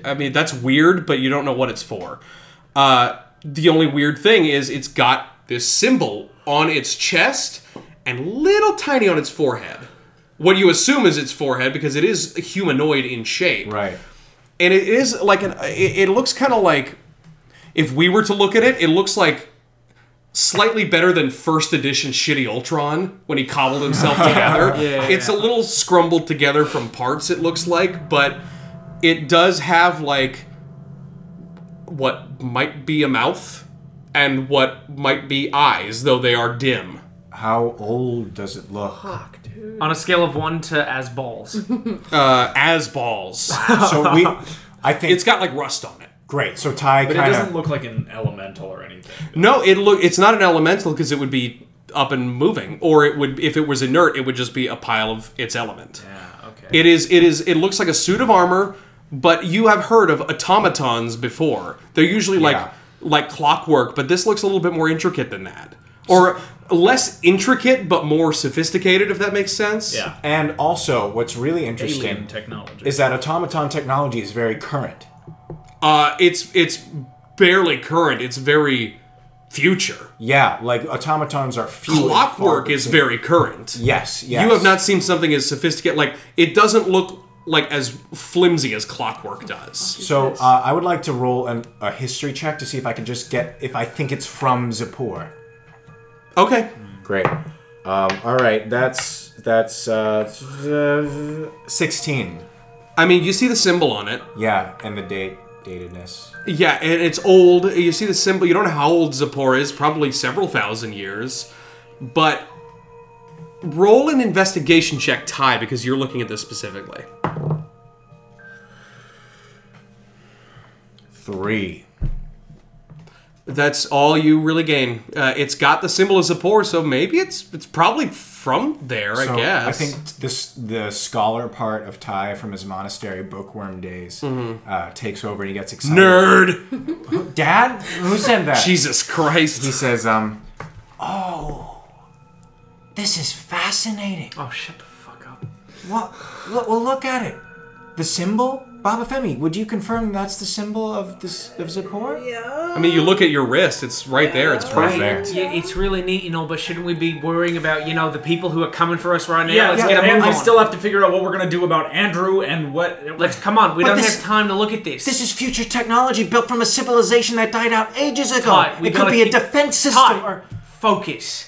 Speaker 2: I mean, that's weird, but you don't know what it's for. Uh, the only weird thing is it's got this symbol on its chest and little tiny on its forehead. What you assume is its forehead because it is humanoid in shape,
Speaker 4: Right.
Speaker 2: and it is like an. It, it looks kind of like if we were to look at it, it looks like slightly better than first edition shitty Ultron when he cobbled himself together. it's a little scrumbled together from parts. It looks like, but it does have like what might be a mouth and what might be eyes, though they are dim.
Speaker 4: How old does it look?
Speaker 3: On a scale of one to as balls.
Speaker 2: Uh, as balls.
Speaker 4: So we I think
Speaker 2: it's got like rust on it.
Speaker 4: great. So Ty
Speaker 9: But it
Speaker 4: kind
Speaker 9: doesn't
Speaker 4: of
Speaker 9: look like an elemental or anything.
Speaker 2: No, it look. It's not an elemental because it would be up and moving, or it would if it was inert, it would just be a pile of its element.
Speaker 9: Yeah, okay.
Speaker 2: It is. It is. It looks like a suit of armor, but you have heard of automatons before. They're usually
Speaker 4: Yeah.
Speaker 2: like like clockwork, but this looks a little bit more intricate than that, or less intricate but more sophisticated. If that makes sense.
Speaker 9: yeah.
Speaker 4: and also what's really
Speaker 9: Alien
Speaker 4: interesting
Speaker 9: technology.
Speaker 4: is that automaton technology is very current.
Speaker 2: Uh, it's it's barely current. It's very future.
Speaker 4: Yeah, like automatons are few and far
Speaker 2: Clockwork is
Speaker 4: between.
Speaker 2: very current.
Speaker 4: Yes, yes.
Speaker 2: You have not seen something as sophisticated. Like it doesn't look like as flimsy as clockwork does.
Speaker 4: So uh, I would like to roll an, a history check to see if I can just get if I think it's from Zippor.
Speaker 2: Okay.
Speaker 4: Great. Um, all right, that's that's uh, sixteen.
Speaker 2: I mean, you see the symbol on it.
Speaker 4: Yeah, and the date datedness.
Speaker 2: Yeah, and it's old. You see the symbol. You don't know how old Zippor is. Probably several thousand years. But roll an investigation check, Ty, because you're looking at this specifically.
Speaker 4: Three.
Speaker 2: That's all you really gain. Uh, it's got the symbol of Zippor, so maybe it's it's probably from there. I
Speaker 4: So
Speaker 2: guess.
Speaker 4: I think this the scholar part of Ty from his monastery bookworm days
Speaker 3: Mm-hmm.
Speaker 4: uh, takes over and he gets excited.
Speaker 2: nerd.
Speaker 4: Dad, who said that?
Speaker 2: Jesus Christ.
Speaker 4: He says, um, oh, this is fascinating.
Speaker 3: oh, shut the fuck up.
Speaker 4: What? Well, look at it. The symbol Baba Femi, would you confirm that's the symbol of this of Zippor?
Speaker 2: I mean, you look at your wrist; it's right there. It's perfect.
Speaker 4: Perfect.
Speaker 3: Yeah, it's really neat, you know, but shouldn't we be worrying about, you know, the people who are coming for us right now?
Speaker 9: Yeah,
Speaker 3: Let's
Speaker 9: yeah,
Speaker 3: get a
Speaker 9: and
Speaker 3: move
Speaker 9: we
Speaker 3: on.
Speaker 9: still have to figure out what we're gonna do about Andrew and what.
Speaker 3: Let's come on. We
Speaker 4: But
Speaker 3: don't
Speaker 4: this-
Speaker 3: have time to look at this.
Speaker 4: This is future technology built from a civilization that died out ages ago.
Speaker 3: Ty, we
Speaker 4: it could
Speaker 3: gotta
Speaker 4: be a
Speaker 3: keep-
Speaker 4: defense system
Speaker 3: Ty,
Speaker 4: or
Speaker 3: focus.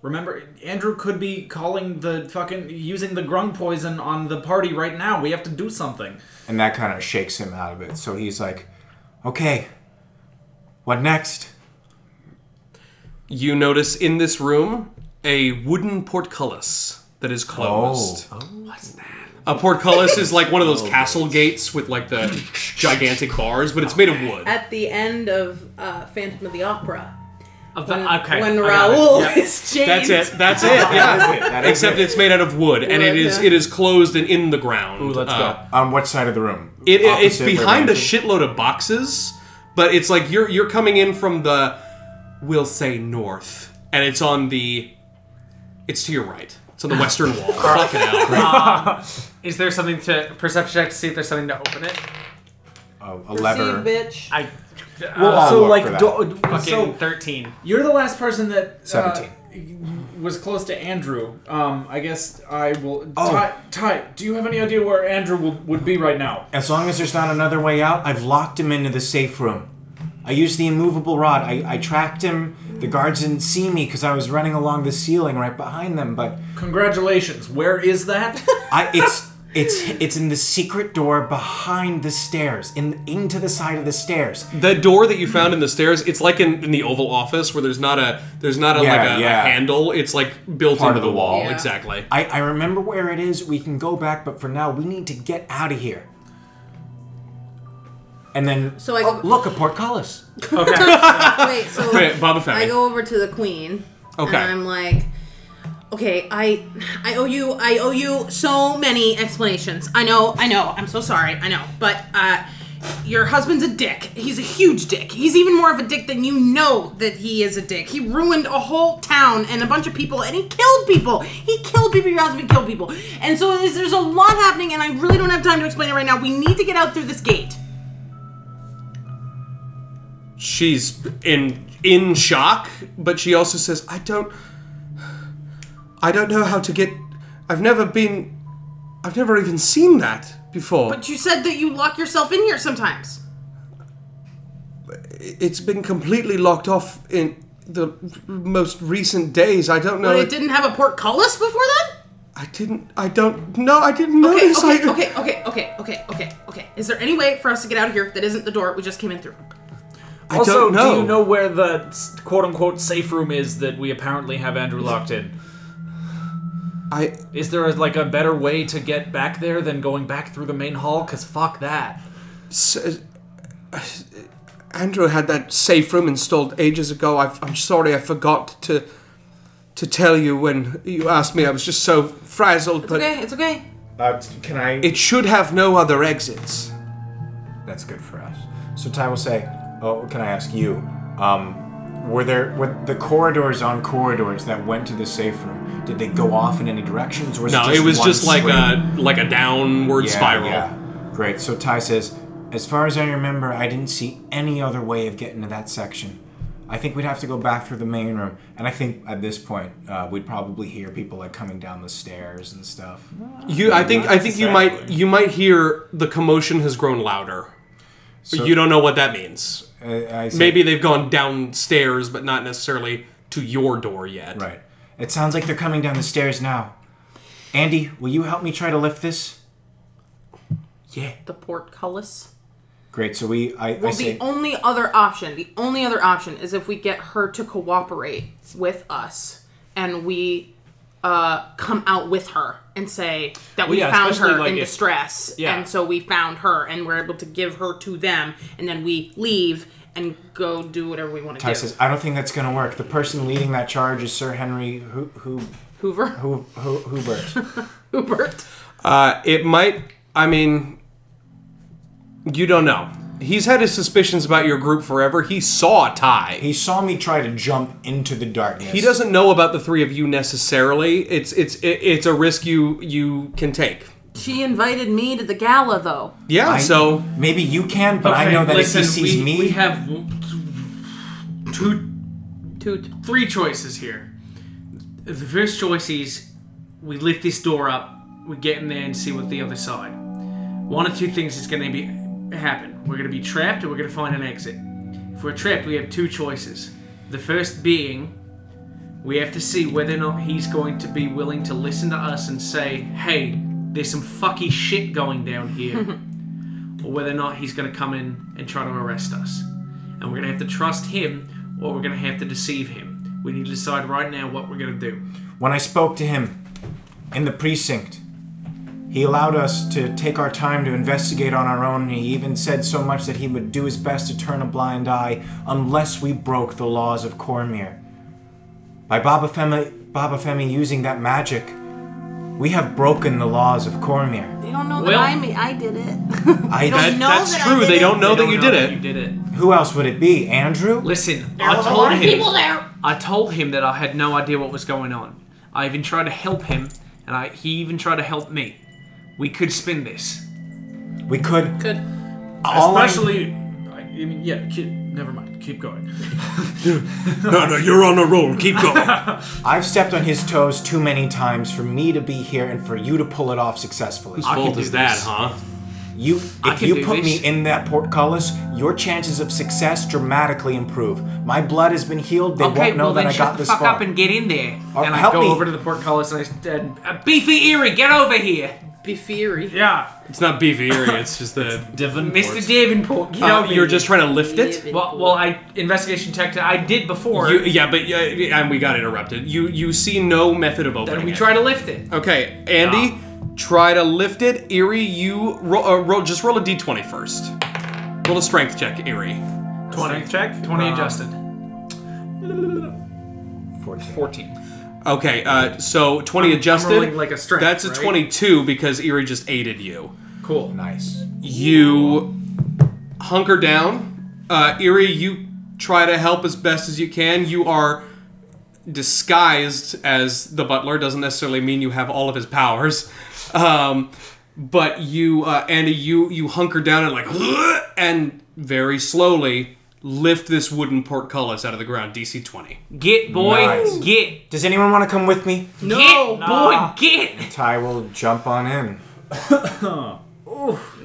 Speaker 9: Remember, Andrew could be calling the fucking using the grung poison on the party right now. We have to do something.
Speaker 4: And that kind of shakes him out of it. So he's like, Okay, what next?
Speaker 2: You notice in this room a wooden portcullis that is closed. Oh, what's that? Oh, A portcullis is like one of those castle gates with like the gigantic bars, but it's made of wood.
Speaker 8: At the end of uh, Phantom of the Opera,
Speaker 3: Of
Speaker 8: when,
Speaker 3: the, okay.
Speaker 8: when
Speaker 3: I got it.
Speaker 8: Raoul is chained.
Speaker 2: That's it. That's it. Yeah. Except it's made out of wood, and it
Speaker 8: Wood,
Speaker 2: is
Speaker 8: yeah.
Speaker 2: it is closed and in the ground. Uh, Ooh,
Speaker 6: let's
Speaker 4: On what side of the room?
Speaker 2: It, it- it's
Speaker 4: Opposite where
Speaker 2: behind a
Speaker 4: Mantis-
Speaker 2: shitload of boxes, but it's like you're you're coming in from the, we'll say north, and it's on the, it's to your right. It's on the western wall. Fucking hell.
Speaker 3: Is there something to perception check to see if there's something to open it?
Speaker 4: Oh, a lever.
Speaker 8: See, bitch.
Speaker 3: I
Speaker 4: Well, I'll
Speaker 9: uh, so
Speaker 4: look
Speaker 9: like,
Speaker 4: for that.
Speaker 9: do,
Speaker 2: uh,
Speaker 3: fucking
Speaker 9: so
Speaker 3: thirteen.
Speaker 9: you're the last person that uh,
Speaker 4: 17.
Speaker 9: was close to Andrew. Um, I guess I will.
Speaker 4: Oh.
Speaker 9: Ty, Ty, do you have any idea where Andrew will, would be right now?
Speaker 4: As long as there's not another way out, I've locked him into the safe room. I used the immovable rod. I, I tracked him. The guards didn't see me because I was running along the ceiling right behind them. But
Speaker 9: Congratulations. Where is that?
Speaker 4: I it's it's it's in the secret door behind the stairs, in into the side of the stairs.
Speaker 2: The door that you found in the stairs, it's like in, in the Oval Office where there's not a there's not a
Speaker 4: Yeah,
Speaker 2: like a, a
Speaker 4: yeah.
Speaker 2: handle. It's like built
Speaker 4: Part
Speaker 2: into
Speaker 4: of the wall.
Speaker 8: Yeah.
Speaker 2: Exactly.
Speaker 4: I, I remember where it is. We can go back, but for now, we need to get out of here. And then,
Speaker 8: So I
Speaker 4: oh,
Speaker 8: go-
Speaker 4: look a portcullis.
Speaker 8: Wait, so
Speaker 2: Wait, Baba Femi.
Speaker 8: I go over to the queen.
Speaker 2: Okay.
Speaker 8: And I'm like, okay, I, I owe you, I owe you so many explanations. I know, I know. I'm so sorry. I know, but uh, your husband's a dick. He's a huge dick. He's even more of a dick than you know that he is a dick. He ruined a whole town and a bunch of people, and he killed people. He killed people. Your husband killed people. And so there's, there's a lot happening, and I really don't have time to explain it right now. We need to get out through this gate.
Speaker 2: She's in in shock, but she also says, "I don't, I don't know how to get. I've never been, I've never even seen that before.
Speaker 8: But you said that you lock yourself in here sometimes.
Speaker 2: it's been completely locked off in the most recent days. I don't know.
Speaker 8: But it didn't have a portcullis before then?
Speaker 2: I didn't. I don't. No, I didn't
Speaker 8: Okay,
Speaker 2: notice.
Speaker 8: okay,
Speaker 2: I,
Speaker 8: okay, okay, okay, okay, okay, okay. Is there any way for us to get out of here that isn't the door we just came in through?
Speaker 2: I
Speaker 6: also,
Speaker 2: don't know.
Speaker 6: do you know where the quote unquote safe room is that we apparently have Andrew locked in?
Speaker 2: I
Speaker 6: Is there like a better way to get back there than going back through the main hall? Cause fuck that.
Speaker 2: S- uh, Andrew had that safe room installed ages ago. i I'm sorry, I forgot to to tell you when you asked me. I was just so frazzled, but
Speaker 8: Okay, it's okay.
Speaker 4: Uh, can I?
Speaker 2: it should have no other exits.
Speaker 4: That's good for us. So Ty will say, "Oh, can I ask you? Um, were there were the corridors on corridors that went to the safe room? Did they go off in any directions? Or was it, just uh, one swing?
Speaker 2: like a downward
Speaker 4: Yeah, yeah. Great. So Ty says, as far as I remember, I didn't see any other way of getting to that section. I think we'd have to go back through the main room, and I think at this point uh, we'd probably hear people like coming down the stairs and stuff.
Speaker 2: You, I think, I think you might, you might hear the commotion has grown louder. But you don't know what that means.
Speaker 4: I, I say-
Speaker 2: Maybe they've gone downstairs, but not necessarily to your door yet.
Speaker 4: Right. It sounds like they're coming down the stairs now. Andy, will you help me try to lift this?
Speaker 8: The portcullis.
Speaker 4: Great. So we, I, I
Speaker 8: Well,
Speaker 4: say,
Speaker 8: the only other option, the only other option is if we get her to cooperate with us and we uh, come out with her and say that we
Speaker 9: yeah,
Speaker 8: found
Speaker 9: especially,
Speaker 8: her
Speaker 9: like,
Speaker 8: in
Speaker 9: if-
Speaker 8: distress.
Speaker 9: Yeah.
Speaker 8: And so we found her and we're able to give her to them and then we leave and go do whatever we want to
Speaker 4: Ty
Speaker 8: do.
Speaker 4: says, I don't think that's going to work. The person leading that charge is Sir Henry who who
Speaker 8: Hoover?
Speaker 4: who Hubert.
Speaker 8: Hubert.
Speaker 2: Uh, it might. I mean, you don't know. He's had his suspicions about your group forever. He saw Ty. He,
Speaker 4: he saw me try to jump into the darkness. He
Speaker 2: doesn't know about the three of you necessarily. It's it's it, it's a risk you you can take.
Speaker 8: She invited me to the gala, though.
Speaker 2: Yeah, so
Speaker 4: Maybe you can, but I
Speaker 3: Okay,
Speaker 4: know that
Speaker 3: listen,
Speaker 4: if he sees
Speaker 3: we,
Speaker 4: me,
Speaker 3: we have w- t- two,
Speaker 8: Toot.
Speaker 3: three choices here. The first choice is we lift this door up, we get in there and see what the other side. One of two things is going to be happen. We're going to be trapped, or we're going to find an exit. If we're trapped, we have two choices. The first being we have to see whether or not he's going to be willing to listen to us and say, hey, there's some fucky shit going down here. or whether or not he's going to come in and try to arrest us. And we're going to have to trust him or we're going to have to deceive him. We need to decide right now what we're going to do.
Speaker 4: when I spoke to him in the precinct, he allowed us to take our time to investigate on our own, and he even said so much that he would do his best to turn a blind eye unless we broke the laws of Cormir. By Baba Femi, Baba Femi using that magic, we have broken the laws of Cormir.
Speaker 8: They don't know
Speaker 3: Well-
Speaker 8: that I me I did it.
Speaker 4: I
Speaker 8: don't know
Speaker 2: that's
Speaker 8: that I
Speaker 2: true.
Speaker 8: did
Speaker 2: They
Speaker 8: it.
Speaker 2: don't know
Speaker 3: They
Speaker 2: that
Speaker 3: don't
Speaker 2: you
Speaker 3: know
Speaker 2: did it.
Speaker 3: You did it.
Speaker 4: Who else would it be? Andrew?
Speaker 3: Listen, I told him. I told him that I had no idea what was going on. I even tried to help him, and I, he even tried to help me. We could spin this.
Speaker 4: We could.
Speaker 8: Good.
Speaker 4: all I-
Speaker 9: Especially, I, I mean, yeah. Keep, never mind. Keep going.
Speaker 1: No, no, you're on a roll. Keep going.
Speaker 4: I've stepped on his toes too many times for me to be here and for you to pull it off successfully.
Speaker 2: Whose fault
Speaker 3: do
Speaker 2: is that,
Speaker 3: this.
Speaker 2: huh?
Speaker 4: You, if
Speaker 3: can
Speaker 4: you
Speaker 3: do
Speaker 4: put
Speaker 3: this.
Speaker 4: me in that portcullis, your chances of success dramatically improve. My blood has been healed. They
Speaker 3: Okay,
Speaker 4: won't know
Speaker 3: well
Speaker 4: that
Speaker 3: then
Speaker 4: I
Speaker 3: shut
Speaker 4: got
Speaker 3: the
Speaker 4: this
Speaker 3: fuck
Speaker 4: far.
Speaker 3: up and get in there.
Speaker 4: Oh,
Speaker 3: and I
Speaker 4: help
Speaker 3: go
Speaker 4: me.
Speaker 3: over to the portcullis and I said, uh, "Beefy Erie, get over here,
Speaker 8: Be fiery.
Speaker 9: Yeah.
Speaker 2: It's not beefy eerie. It's just the.
Speaker 9: Devon.
Speaker 3: Mr. Davenport. Get
Speaker 2: Uh,
Speaker 3: over
Speaker 2: you're
Speaker 3: here."
Speaker 2: just trying to lift it.
Speaker 3: Well, well, I investigation tech. I did before,
Speaker 2: You, yeah, but uh, and we got interrupted. You you see no method of opening.
Speaker 3: and we
Speaker 2: it.
Speaker 3: try to lift it.
Speaker 2: Okay, Andy, try to lift it. Erie, you roll, uh, roll. Just roll a d20 first. Roll a strength check, Erie.
Speaker 3: Twenty
Speaker 9: check?
Speaker 3: Twenty
Speaker 9: Uh,
Speaker 3: adjusted.
Speaker 9: 14.
Speaker 2: Okay, uh, so 20 adjusted.
Speaker 3: rolling like a strength,
Speaker 2: That's a
Speaker 3: right?
Speaker 2: 22 because Erie just aided you.
Speaker 3: Cool.
Speaker 4: Nice.
Speaker 2: You hunker down. Uh, Erie, you try to help as best as you can. You are disguised as the butler. Doesn't necessarily mean you have all of his powers. Um, but you, uh, Andy, you you hunker down and like, and very slowly lift this wooden portcullis out of the ground. DC twenty.
Speaker 3: Get boy,
Speaker 4: Nice.
Speaker 3: get
Speaker 4: Does anyone want to come with me?
Speaker 3: get boy, get.
Speaker 4: Ty will jump on in.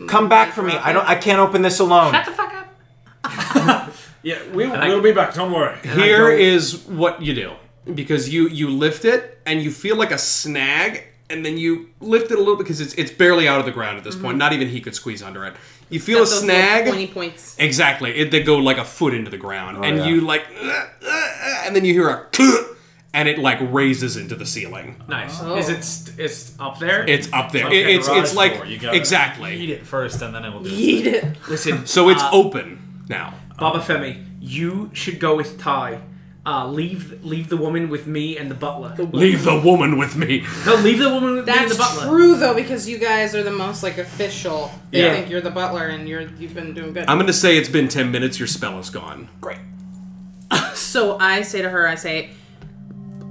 Speaker 4: come back for me. I don't. I can't open this alone.
Speaker 3: Shut the fuck up.
Speaker 9: Yeah, we, we'll be back. Don't worry.
Speaker 2: Here is what you do because you you lift it and you feel like a snag and then you lift it a little because it's it's barely out of the ground at this point not even he could squeeze under it you feel a
Speaker 8: Mm-hmm. Those little
Speaker 2: snag
Speaker 8: Pointy points. Oh,
Speaker 2: exactly it they go like a foot into the ground and
Speaker 4: yeah.
Speaker 2: you like "Ugh, ugh, ugh," and then you hear a and it like raises into the ceiling
Speaker 3: Nice. Is it? St- it's up there.
Speaker 2: it's up there
Speaker 9: like
Speaker 2: It-
Speaker 9: a
Speaker 2: it's it's
Speaker 9: garage
Speaker 2: like
Speaker 9: door. You gotta
Speaker 2: exactly
Speaker 9: Eat it first, and then it will do. it.
Speaker 8: Eat it.
Speaker 3: Listen,
Speaker 2: so
Speaker 9: Uh,
Speaker 2: it's open now
Speaker 3: Baba Femi, you should go with Ty. Uh, leave leave the woman with me and the butler.
Speaker 2: leave the woman with me
Speaker 3: No, leave the woman with me and
Speaker 8: That's
Speaker 3: the butler.
Speaker 8: true though, because you guys are the most like official. They
Speaker 3: Yeah.
Speaker 8: think you're the butler, and you're you've been doing good.
Speaker 2: i'm gonna say it's been 10 minutes your spell is gone
Speaker 8: so I say to her, I say,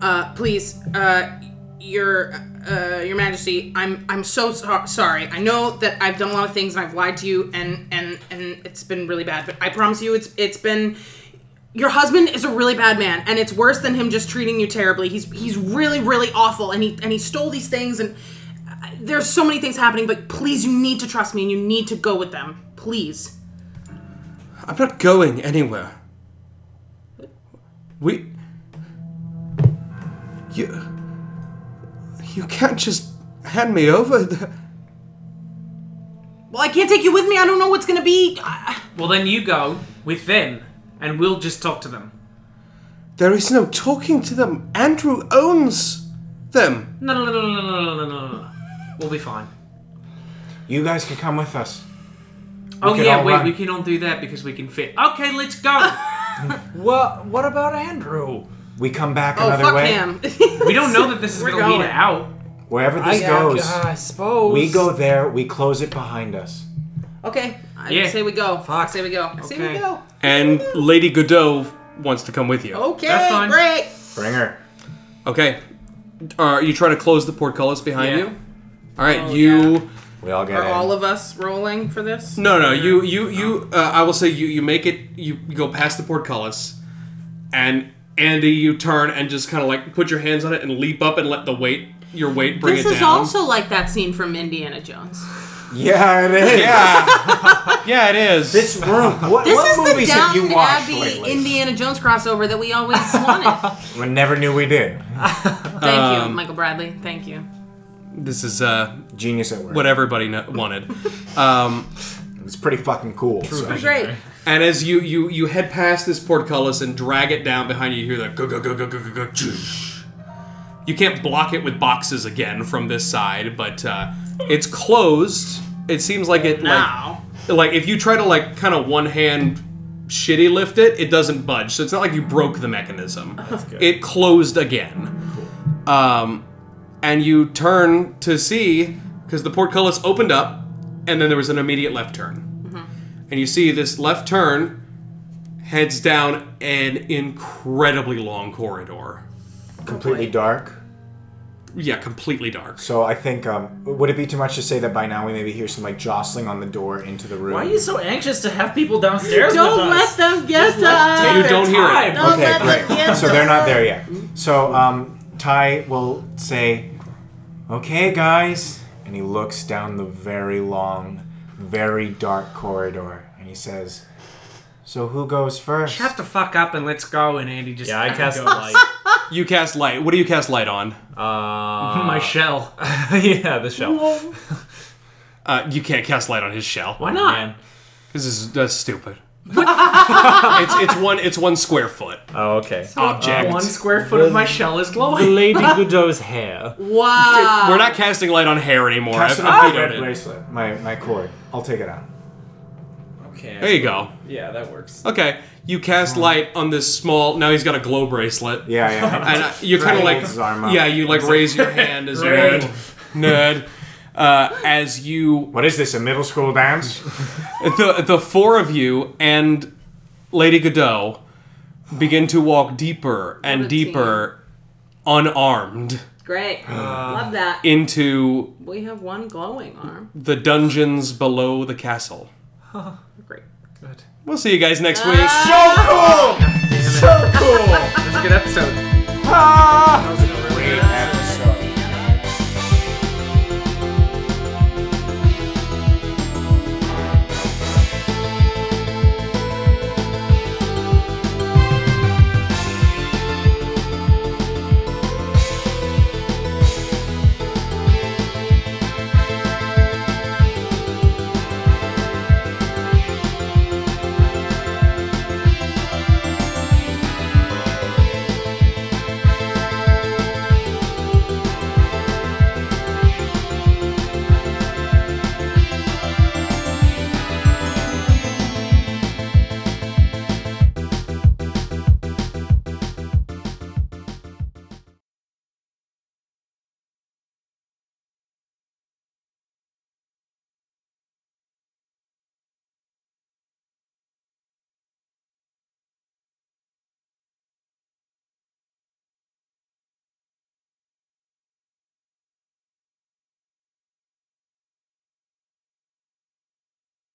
Speaker 8: uh, "Please, uh, your uh, your Majesty, I'm I'm so, so sorry. I know that I've done a lot of things and I've lied to you, and and and it's been really bad. But I promise you, it's it's been." Your husband is a really bad man, and it's worse than him just treating you terribly. He's he's really really awful, and he and he stole these things, and uh, there's so many things happening. But please, you need to trust me, and you need to go with them, please.
Speaker 2: I'm not going anywhere. We.
Speaker 7: You, you can't just hand me over.
Speaker 8: Well, I can't take you with me. I don't know what's gonna be. I-
Speaker 3: Well, then you go with them, and we'll just talk to them.
Speaker 7: There is no talking to them. Andrew owns them.
Speaker 3: No, no, no, no, no, no, no, no, no, no. We'll be fine.
Speaker 4: You guys can come with us.
Speaker 3: oh
Speaker 4: can
Speaker 3: yeah,
Speaker 4: all
Speaker 3: wait,
Speaker 4: run.
Speaker 3: we can all do that because we can fit. Okay, let's go.
Speaker 9: What? What about Andrew?
Speaker 4: We come back
Speaker 8: Oh,
Speaker 4: another
Speaker 8: fuck
Speaker 4: way.
Speaker 8: him.
Speaker 3: We don't know that this is
Speaker 8: We're
Speaker 3: going to lead
Speaker 8: going.
Speaker 3: out.
Speaker 4: Wherever this goes,
Speaker 9: I suppose.
Speaker 4: we go there. We close it behind us.
Speaker 8: okay. I
Speaker 3: Yeah.
Speaker 8: say we go. I say we go. I say we
Speaker 3: Okay.
Speaker 8: go.
Speaker 2: And Lady Godot wants to come with you.
Speaker 8: Okay,
Speaker 3: That's fine.
Speaker 8: great.
Speaker 4: Bring her.
Speaker 2: Uh, Okay. Are you trying to close the portcullis behind
Speaker 3: Yeah.
Speaker 2: you? All right, you
Speaker 4: We all get
Speaker 8: Are
Speaker 4: in.
Speaker 8: all of us rolling for this?
Speaker 2: No, no. You, you, you. Uh, I will say you. You make it. You, you go past the portcullis, and Andy, you turn and just kind of like put your hands on it and leap up and let the weight, your weight, bring
Speaker 8: This
Speaker 2: it
Speaker 8: is
Speaker 2: down.
Speaker 8: also like that scene from Indiana Jones.
Speaker 4: yeah, it is. Yeah,
Speaker 2: yeah, it is.
Speaker 4: this room. What,
Speaker 8: This
Speaker 4: what
Speaker 8: is
Speaker 4: movies
Speaker 8: the
Speaker 4: have you
Speaker 8: Down
Speaker 4: watched
Speaker 8: Abbey
Speaker 4: lately?
Speaker 8: Indiana Jones crossover that we always wanted.
Speaker 4: we never knew we did.
Speaker 8: Thank
Speaker 3: Um,
Speaker 8: you, Michael Bradley. Thank you.
Speaker 2: This is uh,
Speaker 4: Genius at work.
Speaker 2: what everybody kno- wanted. Um,
Speaker 4: It's pretty fucking cool. so.
Speaker 8: Great.
Speaker 2: And as you you you head past this portcullis and drag it down behind you, you hear the go go go go go go go. zhoosh. You can't block it with boxes again from this side, but uh, it's closed. It seems like it
Speaker 8: Now.
Speaker 2: like like if you try to like kind of one hand shitty lift it, it doesn't budge. So it's not like you broke the mechanism. It closed again. Um, and you turn to see because the portcullis opened up, and then there was an immediate left turn and you see this left turn heads down an incredibly long corridor.
Speaker 4: Completely dark.
Speaker 2: Yeah, completely dark.
Speaker 4: So I think um, would it be too much to say that by now we maybe hear some like jostling on the door into the room?
Speaker 9: Why are you so anxious to have people downstairs
Speaker 8: Don't
Speaker 9: with
Speaker 8: let
Speaker 9: us?
Speaker 8: them get us.
Speaker 2: You don't hear it.
Speaker 8: Don't
Speaker 4: okay,
Speaker 8: let them
Speaker 4: great.
Speaker 8: get
Speaker 4: So they're not there yet. So um, Ty will say, "Okay, guys," and he looks down the very long, very dark corridor, and he says, "So who goes first?
Speaker 5: Shut the fuck up and let's go. And Andy just
Speaker 9: Yeah, I cast light.
Speaker 2: You cast light. What do you cast light on?
Speaker 9: Uh,
Speaker 5: my shell.
Speaker 9: yeah, the shell.
Speaker 2: Uh, you can't cast light on his shell.
Speaker 5: Why not?
Speaker 9: Man.
Speaker 2: This is that's stupid. it's it's one it's one square foot
Speaker 6: Uh,
Speaker 9: Oh, okay.
Speaker 5: Uh,
Speaker 2: object.
Speaker 5: One square foot of my shell is glowing.
Speaker 6: Lady Godot's hair.
Speaker 8: Wow.
Speaker 2: We're not casting light on hair anymore.
Speaker 4: Pass it
Speaker 2: I've-
Speaker 4: on
Speaker 2: I've
Speaker 4: my Ah! red
Speaker 2: vetoed it.
Speaker 4: bracelet, my my cord. I'll take it out.
Speaker 9: Okay.
Speaker 2: There you go.
Speaker 9: Yeah, that works.
Speaker 2: Okay, you cast light on this small. Now he's got a glow bracelet.
Speaker 4: Yeah, yeah.
Speaker 2: and uh, you kind of like
Speaker 4: Holds his arm up.
Speaker 2: yeah you like raise your hand as you
Speaker 9: Right.
Speaker 2: nerd uh, as you
Speaker 4: What is this? A middle school dance?
Speaker 2: the the four of you and Lady Godot begin to walk deeper
Speaker 8: What
Speaker 2: and
Speaker 8: a team.
Speaker 2: deeper unarmed
Speaker 8: Great. Love that.
Speaker 2: into
Speaker 8: We have one glowing arm.
Speaker 2: the dungeons below the castle
Speaker 8: Great.
Speaker 2: we'll see you guys next week
Speaker 4: so cool! So cool!
Speaker 5: That's a good episode.
Speaker 4: Ah!